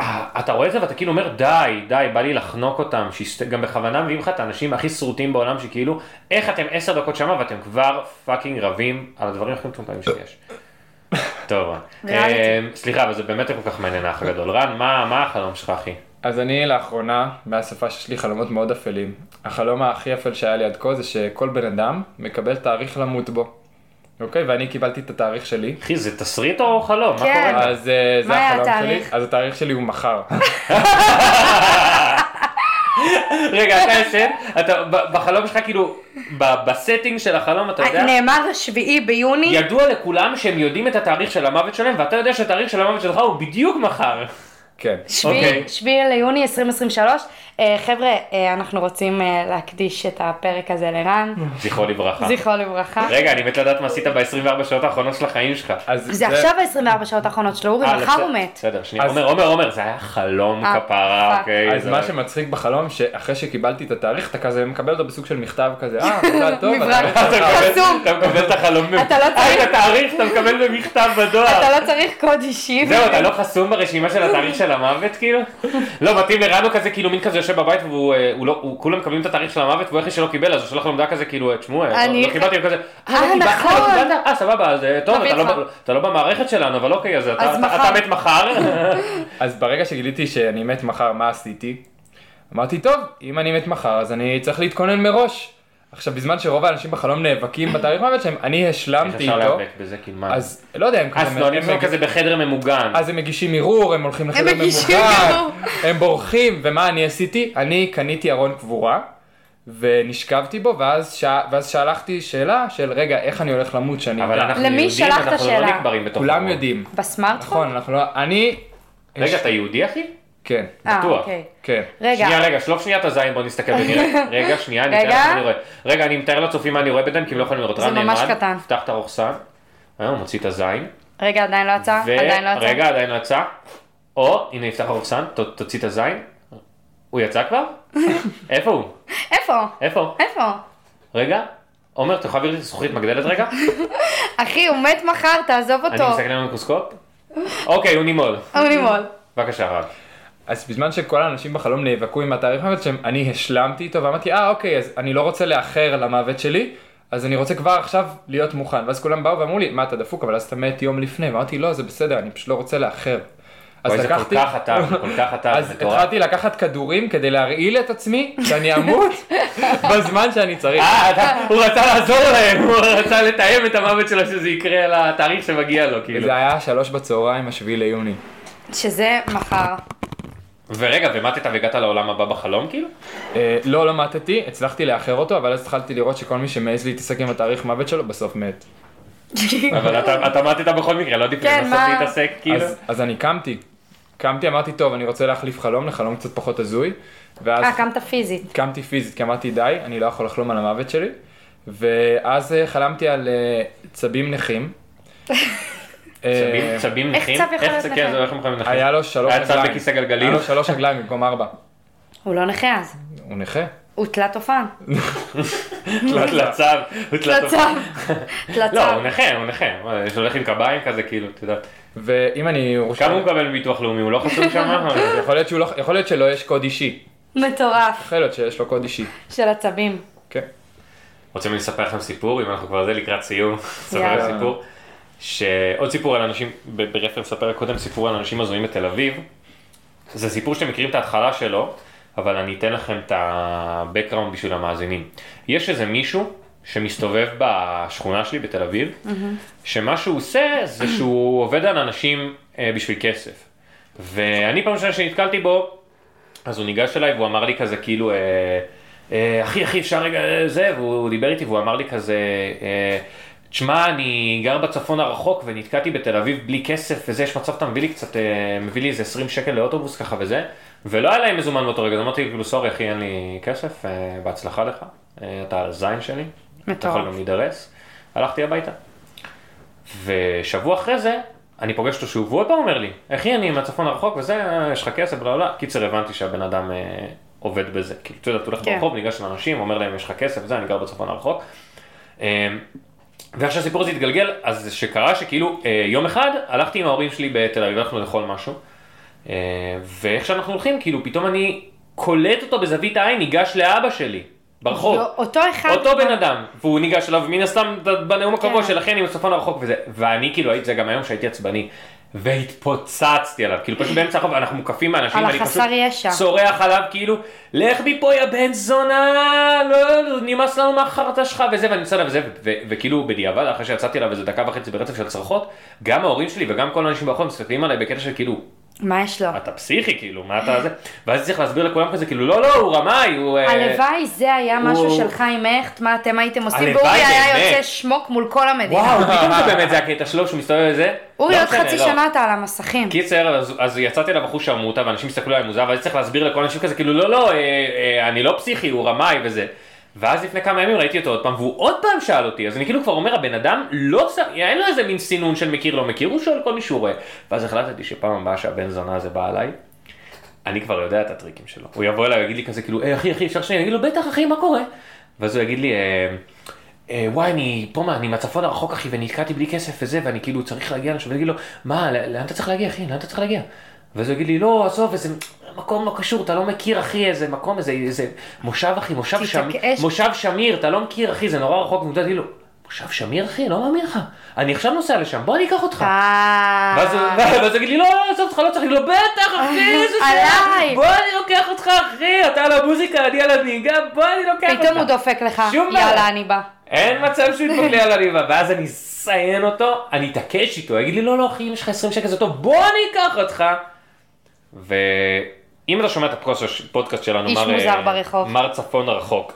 [SPEAKER 3] אה, אתה רואה את זה ואתה כאילו אומר די, די, בא לי לחנוק אותם, שיסת... גם בכוונה מביאים לך את האנשים הכי שרוטים בעולם שכאילו, איך אתם עשר דקות שמה ואתם כבר פאקינג רבים על הדברים הכי מטומטמים שיש. טוב, רן.
[SPEAKER 2] ריאליטי.
[SPEAKER 3] אה, סליחה, אבל זה באמת לא כל כך מעניין האח הגדול. רן, מה מה החלום שלך אחי?
[SPEAKER 1] אז אני לאחרונה, מהשפה שיש לי חלומות מאוד אפלים. החלום הכי אפל שהיה לי עד כה זה שכל בן אדם מקבל תאריך למות בו. אוקיי? ואני קיבלתי את התאריך שלי.
[SPEAKER 3] אחי, זה תסריט או חלום? מה
[SPEAKER 2] כן.
[SPEAKER 3] קורה? (laughs)
[SPEAKER 1] אז אה, זה
[SPEAKER 2] מה היה
[SPEAKER 1] החלום שלי.
[SPEAKER 2] התאריך?
[SPEAKER 1] אז התאריך שלי הוא
[SPEAKER 2] (laughs)
[SPEAKER 1] מחר.
[SPEAKER 3] רגע, אתה ישן, אתה ב- בחלום שלך כאילו, ב- בסטינג של החלום אתה יודע,
[SPEAKER 2] אה, נאמר שביעי ביוני,
[SPEAKER 3] ידוע לכולם שהם יודעים את התאריך של המוות שלהם, ואתה יודע שהתאריך של המוות שלך הוא בדיוק מחר.
[SPEAKER 1] כן.
[SPEAKER 3] אוקיי.
[SPEAKER 2] שביעי- שביעי ליוני 2023. אה, חבר'ה, אה, אנחנו רוצים אה, להקדיש את הפרק הזה לרן,
[SPEAKER 3] זכרו לברכה.
[SPEAKER 2] זכרו לברכה.
[SPEAKER 3] נכון. רגע, אני מת לדעת מה עשית ב-24 שעות האחרונות של החיים שלך.
[SPEAKER 1] אז
[SPEAKER 2] זה עכשיו ה-24 שעות האחרונות שלו,
[SPEAKER 3] אה,
[SPEAKER 2] ומחר
[SPEAKER 3] בסדר,
[SPEAKER 2] הוא מת.
[SPEAKER 3] בסדר, שנייה.
[SPEAKER 1] אז-
[SPEAKER 3] עומר, עומר, עומר, זה היה חלום
[SPEAKER 2] אה,
[SPEAKER 3] כפרה,
[SPEAKER 2] פאק.
[SPEAKER 3] אוקיי.
[SPEAKER 1] אז
[SPEAKER 3] זה
[SPEAKER 1] מה
[SPEAKER 3] לא-
[SPEAKER 1] שמצחיק בחלום, שאחרי שקיבלתי את התאריך, אתה כזה מקבל אותו בסוג של מכתב כזה, אה, מזל
[SPEAKER 2] (laughs)
[SPEAKER 1] טוב,
[SPEAKER 2] מברק.
[SPEAKER 1] התאריך
[SPEAKER 3] אתה
[SPEAKER 1] שלך."
[SPEAKER 3] מקבל-
[SPEAKER 2] חסום.
[SPEAKER 3] אתה מקבל את החלום. ב-
[SPEAKER 2] אתה לא
[SPEAKER 3] אה,
[SPEAKER 2] צריך-
[SPEAKER 3] את התאריך אתה מקבל במכתב בדואר.
[SPEAKER 2] אתה לא צריך קוד אישי.
[SPEAKER 3] זהו, אתה לא חסום ברשימה של התאריך של המוות כאילו? לא, מתאים לרנו כזה, כאילו מין כזה יושב בבית והוא, אה, הוא לא, הוא- כולם מקבלים את התאריך של המוות והוא היחיד שלא קיבל, אז הוא שולח לו עמדה כזה, כאילו, אה, תשמעו, אה, לא
[SPEAKER 2] אני-
[SPEAKER 3] לא קיבלתי, הוא כזה, אה,
[SPEAKER 2] אה,
[SPEAKER 3] לא קיבלת,
[SPEAKER 2] נכון.
[SPEAKER 3] לא קיבלת, אה, סבבה, אז אה, טוב,
[SPEAKER 2] מביא
[SPEAKER 3] אתה לא
[SPEAKER 2] לך.
[SPEAKER 3] ב- אתה לא במערכת שלנו, אבל אוקיי, אז אתה
[SPEAKER 2] אז
[SPEAKER 3] אתה-
[SPEAKER 2] מחר.
[SPEAKER 3] אתה מת
[SPEAKER 2] (laughs)
[SPEAKER 3] מחר?
[SPEAKER 1] אז ברגע שגיליתי שאני מת מחר, מה עשיתי? אמרתי, טוב, אם אני מת מחר, אז אני צריך להתכונן מראש. עכשיו, בזמן שרוב האנשים בחלום נאבקים בתאריך מוות שלהם, אני
[SPEAKER 3] איך
[SPEAKER 1] השלמתי
[SPEAKER 3] אפשר
[SPEAKER 1] איתו,
[SPEAKER 3] להיאבק בזה, כאילו, מה? אז
[SPEAKER 1] אז לא יודע, הם כזה-
[SPEAKER 3] לא, אני
[SPEAKER 1] הם-
[SPEAKER 3] חושב כזה בחדר ממוגן.
[SPEAKER 1] אז הם מגישים ערעור, הם הולכים לחדר
[SPEAKER 2] מגישים
[SPEAKER 1] ממוגן,
[SPEAKER 2] ערעור.
[SPEAKER 1] הם בורחים, ומה אני עשיתי? אני קניתי ארון קבורה, ונשכבתי בו, ואז שא- ואז שלחתי שאלה של, רגע, איך אני הולך למות שאני
[SPEAKER 3] אבל
[SPEAKER 1] אדע?"
[SPEAKER 3] אנחנו
[SPEAKER 2] למי
[SPEAKER 3] יהודים,
[SPEAKER 2] שלחת
[SPEAKER 3] אנחנו לא
[SPEAKER 2] שאלה?
[SPEAKER 3] נקברים בתוך...
[SPEAKER 1] כולם
[SPEAKER 3] הרוב.
[SPEAKER 1] יודעים.
[SPEAKER 2] בסמארטפון?
[SPEAKER 1] נכון, אנחנו לא... אני...
[SPEAKER 3] רגע, אתה יהודי, אחי?
[SPEAKER 1] כן,
[SPEAKER 2] אה,
[SPEAKER 3] בטוח.
[SPEAKER 2] אוקיי.
[SPEAKER 1] כן.
[SPEAKER 2] רגע,
[SPEAKER 3] שנייה, רגע, שלוף שנייה את הזין, בוא נסתכל
[SPEAKER 2] (laughs)
[SPEAKER 3] ונראה. רגע, שנייה, אני אתאר
[SPEAKER 2] רגע.
[SPEAKER 3] לך מה אני רואה. רגע, אני מתאר לצופים מה אני רואה בינתיים, כי הם לא יכולים לראות.
[SPEAKER 2] זה
[SPEAKER 3] רן
[SPEAKER 2] ממש
[SPEAKER 3] נאמן,
[SPEAKER 2] קטן.
[SPEAKER 3] פתח את הרוכסן. היום מוציא את הזין.
[SPEAKER 2] רגע, עדיין לא יצא?
[SPEAKER 3] ו-
[SPEAKER 2] עדיין לא יצא?
[SPEAKER 3] רגע, עדיין לא יצא. או, הנה נפתח הרוכסן, ת- תוציא את הזין. הוא יצא
[SPEAKER 2] (laughs)
[SPEAKER 3] כבר? איפה הוא?
[SPEAKER 2] איפה?
[SPEAKER 3] איפה?
[SPEAKER 2] איפה?
[SPEAKER 3] רגע. עומר, אתה יכול להעביר לי זכוכית מגדלת
[SPEAKER 2] (laughs)
[SPEAKER 3] רגע?
[SPEAKER 2] אחי, הוא מת מחר, תעזוב
[SPEAKER 3] אני
[SPEAKER 2] אותו.
[SPEAKER 3] מסתכל על המיקרוסקופ. אוקיי, הוא נימול.
[SPEAKER 2] הוא נימול.
[SPEAKER 3] בבקשה, רן.
[SPEAKER 1] אז בזמן שכל האנשים בחלום נאבקו עם התאריך מוות שלהם, אני השלמתי איתו ואמרתי, אה אוקיי, אז אני לא רוצה לאחר למוות שלי, אז אני רוצה כבר עכשיו להיות מוכן. ואז כולם באו ואמרו לי, מה אתה דפוק, אבל אז אתה מת יום לפני, ואמרתי, לא, זה בסדר, אני פשוט לא רוצה לאחר. אז
[SPEAKER 3] אוי, זה כל
[SPEAKER 1] לקחתי...
[SPEAKER 3] כך אתה, זה כל כך אתה,
[SPEAKER 1] אז
[SPEAKER 3] זה מטורף.
[SPEAKER 1] התחלתי לקחת כדורים כדי להרעיל את עצמי, שאני אמות בזמן שאני צריך.
[SPEAKER 3] אה, אתה- הוא רצה לעזור להם, הוא רצה לתאם את המוות שלו שזה יקרה על התאריך שמגיע לו, כאילו.
[SPEAKER 1] זה היה שלוש בצהריים, השביעי ליוני.
[SPEAKER 2] שזה מחר.
[SPEAKER 3] ורגע, ומטת והגעת לעולם הבא בחלום, כאילו?
[SPEAKER 1] אה, לא, לא מתתי, הצלחתי לאחר אותו, אבל אז התחלתי לראות שכל מי שמעז להתעסק עם התאריך מוות שלו, בסוף מת.
[SPEAKER 3] אבל
[SPEAKER 1] (laughs)
[SPEAKER 3] אתה- אתה מתת בכל מקרה, לא עדיף
[SPEAKER 2] כן,
[SPEAKER 3] לנסות
[SPEAKER 2] מה?
[SPEAKER 3] להתעסק, כאילו?
[SPEAKER 1] אז- אז אני קמתי. קמתי, אמרתי, טוב, אני רוצה להחליף חלום לחלום קצת פחות הזוי. ואז
[SPEAKER 2] אה, קמת פיזית.
[SPEAKER 1] קמתי פיזית, כי אמרתי די, אני לא יכול לחלום על המוות שלי. ואז אה, חלמתי על אה, צבים
[SPEAKER 2] (laughs)
[SPEAKER 1] נכים.
[SPEAKER 3] צבים-
[SPEAKER 1] אה,
[SPEAKER 3] צבים
[SPEAKER 2] איך
[SPEAKER 3] נכים?
[SPEAKER 2] צב יכול להיות
[SPEAKER 3] צ-
[SPEAKER 2] נכה?
[SPEAKER 3] כן, זה איך הם יכולים נכים?
[SPEAKER 1] היה לו שלוש
[SPEAKER 3] היה
[SPEAKER 1] רגליים.
[SPEAKER 3] צב בכיסא גלגלים? (laughs)
[SPEAKER 1] היה לו שלוש רגליים במקום ארבע.
[SPEAKER 2] הוא לא נכה אז.
[SPEAKER 1] הוא נכה.
[SPEAKER 2] הוא תלת אופן.
[SPEAKER 3] הוא תלצב, הוא תלצב.
[SPEAKER 2] תלת
[SPEAKER 3] לא, הוא נכה, הוא נכה. מה, יש לו הולך עם קביים כזה, כאילו, את יודעת.
[SPEAKER 1] ואם אני...
[SPEAKER 3] כמה הוא מקבל מביטוח לאומי? הוא לא חשוב שם?
[SPEAKER 2] (laughs)
[SPEAKER 1] יכול להיות שהוא לא- יכול להיות שלו יש קוד אישי.
[SPEAKER 2] מטורף.
[SPEAKER 1] יכול להיות שיש לו קוד אישי.
[SPEAKER 2] של עצבים.
[SPEAKER 1] כן.
[SPEAKER 3] רוצים אני לספר לכם סיפור, אם אנחנו כבר זה לקראת סיום, (laughs) לספר
[SPEAKER 2] יאללה.
[SPEAKER 3] לכם סיפור. שעוד סיפור על אנשים, ב- ברפרנס לספר קודם סיפור על אנשים הזויים בתל אביב. זה סיפור שאתם מכירים את ההתחלה שלו, אבל אני אתן לכם את ה-background בשביל המאזינים. יש איזה מישהו שמסתובב בשכונה שלי בתל אביב, שמה שהוא עושה זה שהוא עובד על אנשים אה, בשביל כסף. ואני פעם ראשונה שנתקלתי בו, אז הוא ניגש אליי והוא אמר לי כזה כאילו, אה, אה, אחי אחי אפשר רגע אה, זה, והוא דיבר איתי והוא אמר לי כזה, אה, תשמע אני גר בצפון הרחוק ונתקעתי בתל אביב בלי כסף וזה, יש מצב אתה מביא לי קצת, אה, מביא לי איזה 20 שקל לאוטובוס ככה וזה, ולא היה להם מזומן באותו רגע, אז אמרתי כאילו סורי אחי אין לי כסף, אה, בהצלחה לך, אה, אתה הזין שלי, אתה יכול
[SPEAKER 2] מטורף.
[SPEAKER 3] גם להידרס, הלכתי הביתה. ושבוע אחרי זה, אני פוגש אותו שוב, והוא עוד פעם אומר לי, אחי, אני מהצפון הרחוק וזה, אה, יש לך כסף, בלה בלה. קיצר, הבנתי שהבן אדם אה, עובד בזה. כאילו, אתה יודע, אתה הולך
[SPEAKER 2] כן.
[SPEAKER 3] ברחוב, ניגש לאנשים, אומר להם, יש לך כסף, זה, אני גר בצפון הרחוק. אה, ואיך שהסיפור הזה התגלגל, אז שקרה שכאילו, אה, יום אחד הלכתי עם ההורים שלי בתל אביב, הלכנו לאכול משהו. אה, ואיך שאנחנו הולכים, כאילו, פתאום אני קולט אותו בזווית העין, ניגש לאבא שלי, ברחוב.
[SPEAKER 2] לא, אותו אחד.
[SPEAKER 3] נכון. אותו בן אדם, והוא ניגש אליו מן הסתם בנאום הקבוע
[SPEAKER 2] כן.
[SPEAKER 3] של אחי אני מצפון הרחוק וזה, ואני כאילו הייתי זה גם היום שהייתי עצבני, והתפוצצתי עליו, כאילו פשוט באמצע הרחוב אנחנו מוקפים מאנשים,
[SPEAKER 2] על
[SPEAKER 3] ואני
[SPEAKER 2] החסר
[SPEAKER 3] פשוט
[SPEAKER 2] ישע.
[SPEAKER 3] צורח עליו כאילו, לך מפה יא בן זונה, לא, לא, נמאס לנו מהחרטא שלך וזה, ואני יוצא אליו וזה, ו- ו- וכאילו בדיעבד אחרי שיצאתי אליו איזה דקה וחצי ברצף של צרחות, גם ההורים שלי וגם כל האנשים ברחוב מסתכלים עליי בקטע של כאילו,
[SPEAKER 2] מה יש לו?
[SPEAKER 3] אתה פסיכי כאילו, מה אתה זה, ואז צריך להסביר לכולם כזה כאילו, לא לא, הוא רמאי, הוא... אה,
[SPEAKER 2] הלוואי זה היה משהו
[SPEAKER 3] הוא-
[SPEAKER 2] של חיים הכט, מה אתם הייתם עושים,
[SPEAKER 3] הלוואי
[SPEAKER 2] ואורי היה
[SPEAKER 3] באמת.
[SPEAKER 2] יוצא שמוק מול כל המדינה.
[SPEAKER 3] וואו, פתאום זה באמת זה הקטע שלו שהוא מסתובב וזה.
[SPEAKER 2] אורי
[SPEAKER 3] לא
[SPEAKER 2] עוד
[SPEAKER 3] משנה,
[SPEAKER 2] חצי
[SPEAKER 3] לא. כאילו,
[SPEAKER 2] שנה אתה על המסכים.
[SPEAKER 3] קיצר, אז, אז יצאתי אליו אחוז שרמוטה, ואנשים הסתכלו עליי מוזר, ואז צריך להסביר לכל האנשים כזה, כאילו, לא, לא, אה, אה, אני לא פסיכי, הוא רמאי וזה. ואז לפני כמה ימים ראיתי אותו עוד פעם, והוא עוד פעם שאל אותי, אז אני כאילו כבר אומר, הבן אדם לא שם, אין לו איזה מין סינון של מכיר לא מכיר, הוא שואל כל מי שהוא רואה. ואז החלטתי שפעם הבאה שהבן זונה הזה בא אליי, אני כבר יודע את הטריקים שלו. הוא יבוא אליי ויגיד לי כזה, כאילו, היי אחי, אחי, אפשר שנייה? אני אגיד לו, בטח אחי, מה קורה? ואז הוא יגיד לי, "אה, אה, וואי, אני פה, מה, אני מהצפון הרחוק אחי, ונתקעתי בלי כסף וזה, ואני כאילו צריך להגיע לשם, ואני אגיד לו, מה, ל- לאן אתה צריך להגיע אחי, לאן אתה צריך להגיע? ואז הוא יגיד לי, לא, עזוב, איזה מקום לא קשור, אתה לא מכיר אחי, איזה מקום, איזה, איזה מושב אחי, מושב, שם,
[SPEAKER 2] תתעקש.
[SPEAKER 3] מושב שמיר, אתה לא מכיר אחי, זה נורא רחוק, ואני כאילו, מושב שמיר אחי, לא מאמין לך, אני עכשיו נוסע לשם, בוא אני אקח אותך.
[SPEAKER 2] אה, אה,
[SPEAKER 3] ואז הוא- ואז הוא יגיד לי, לא, לא, עזוב אותך, לא צריך, אני לא, בטח, אחי, איזה
[SPEAKER 2] עליי.
[SPEAKER 3] בוא אני לוקח אותך, אחי, אתה על המוזיקה, אני על הנהיגה, בוא אני לוקח אותך.
[SPEAKER 2] פתאום הוא דופק לך,
[SPEAKER 3] שום בעיה.
[SPEAKER 2] יאללה אני בא.
[SPEAKER 3] אין מצב
[SPEAKER 2] (laughs)
[SPEAKER 3] שהוא ידפוק לי על הליבה, ואז אני אסיין אותו, אני אתעקש איתו, יגיד לי, לא, לא, אחי, אם יש לך 20 שקל זה טוב, בוא אני אקח אותך. ואם אתה שומע את הפודקאסט- הפודקאסט שלנו,
[SPEAKER 2] איש
[SPEAKER 3] מר,
[SPEAKER 2] מוזר
[SPEAKER 3] אה,
[SPEAKER 2] ברחוב.
[SPEAKER 3] מר צפון הרחוק,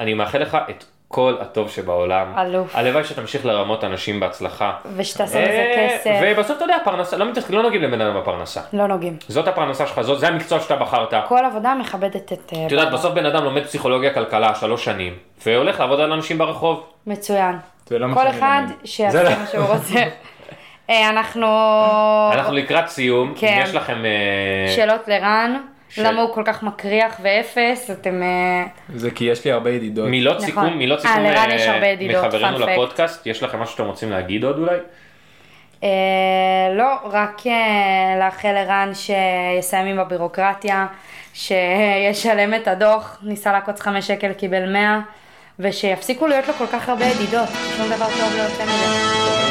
[SPEAKER 3] אני מאחל לך את כל הטוב שבעולם.
[SPEAKER 2] אלוף.
[SPEAKER 3] הלוואי שתמשיך לרמות אנשים בהצלחה.
[SPEAKER 2] ושתעשה מזה
[SPEAKER 3] אה,
[SPEAKER 2] כסף.
[SPEAKER 3] ובסוף אתה יודע, פרנסה, לא מתעסקים, לא נוגעים לבן אדם בפרנסה.
[SPEAKER 2] לא נוגעים.
[SPEAKER 3] זאת הפרנסה שלך, זאת- זה המקצוע שאתה בחרת.
[SPEAKER 2] כל עבודה מכבדת את... אה,
[SPEAKER 3] את יודעת, בסוף בן אדם לומד פסיכולוגיה, כלכלה, שלוש שנים, והולך לעבוד על אנשים ברחוב.
[SPEAKER 2] מצוין.
[SPEAKER 1] זה לא מה
[SPEAKER 2] כל
[SPEAKER 1] שאני
[SPEAKER 2] אחד
[SPEAKER 1] לומד.
[SPEAKER 2] שיעשה
[SPEAKER 3] זה לא-
[SPEAKER 2] מה שהוא
[SPEAKER 3] (laughs)
[SPEAKER 2] רוצה. אה, אנחנו...
[SPEAKER 3] אנחנו לקראת סיום, אם
[SPEAKER 2] כן.
[SPEAKER 3] יש לכם... אה,
[SPEAKER 2] שאלות לרן,
[SPEAKER 3] שאל-
[SPEAKER 2] למה הוא כל כך מקריח ואפס, אתם... אה,
[SPEAKER 1] זה כי יש לי הרבה ידידות.
[SPEAKER 3] מילות
[SPEAKER 2] נכון.
[SPEAKER 3] סיכום, מילות
[SPEAKER 2] אה,
[SPEAKER 3] סיכום
[SPEAKER 2] לרן יש
[SPEAKER 3] אה,
[SPEAKER 2] הרבה ידידות,
[SPEAKER 3] מחברינו
[SPEAKER 2] fun fact.
[SPEAKER 3] לפודקאסט, יש לכם משהו שאתם רוצים להגיד עוד אולי?
[SPEAKER 2] אה, לא, רק אה, לאחל לרן שיסיים עם הבירוקרטיה, שישלם את הדוח, ניסה לעקוץ חמש שקל, קיבל מאה, ושיפסיקו להיות לו כל כך הרבה ידידות, שום דבר טוב לא יוצא מזה.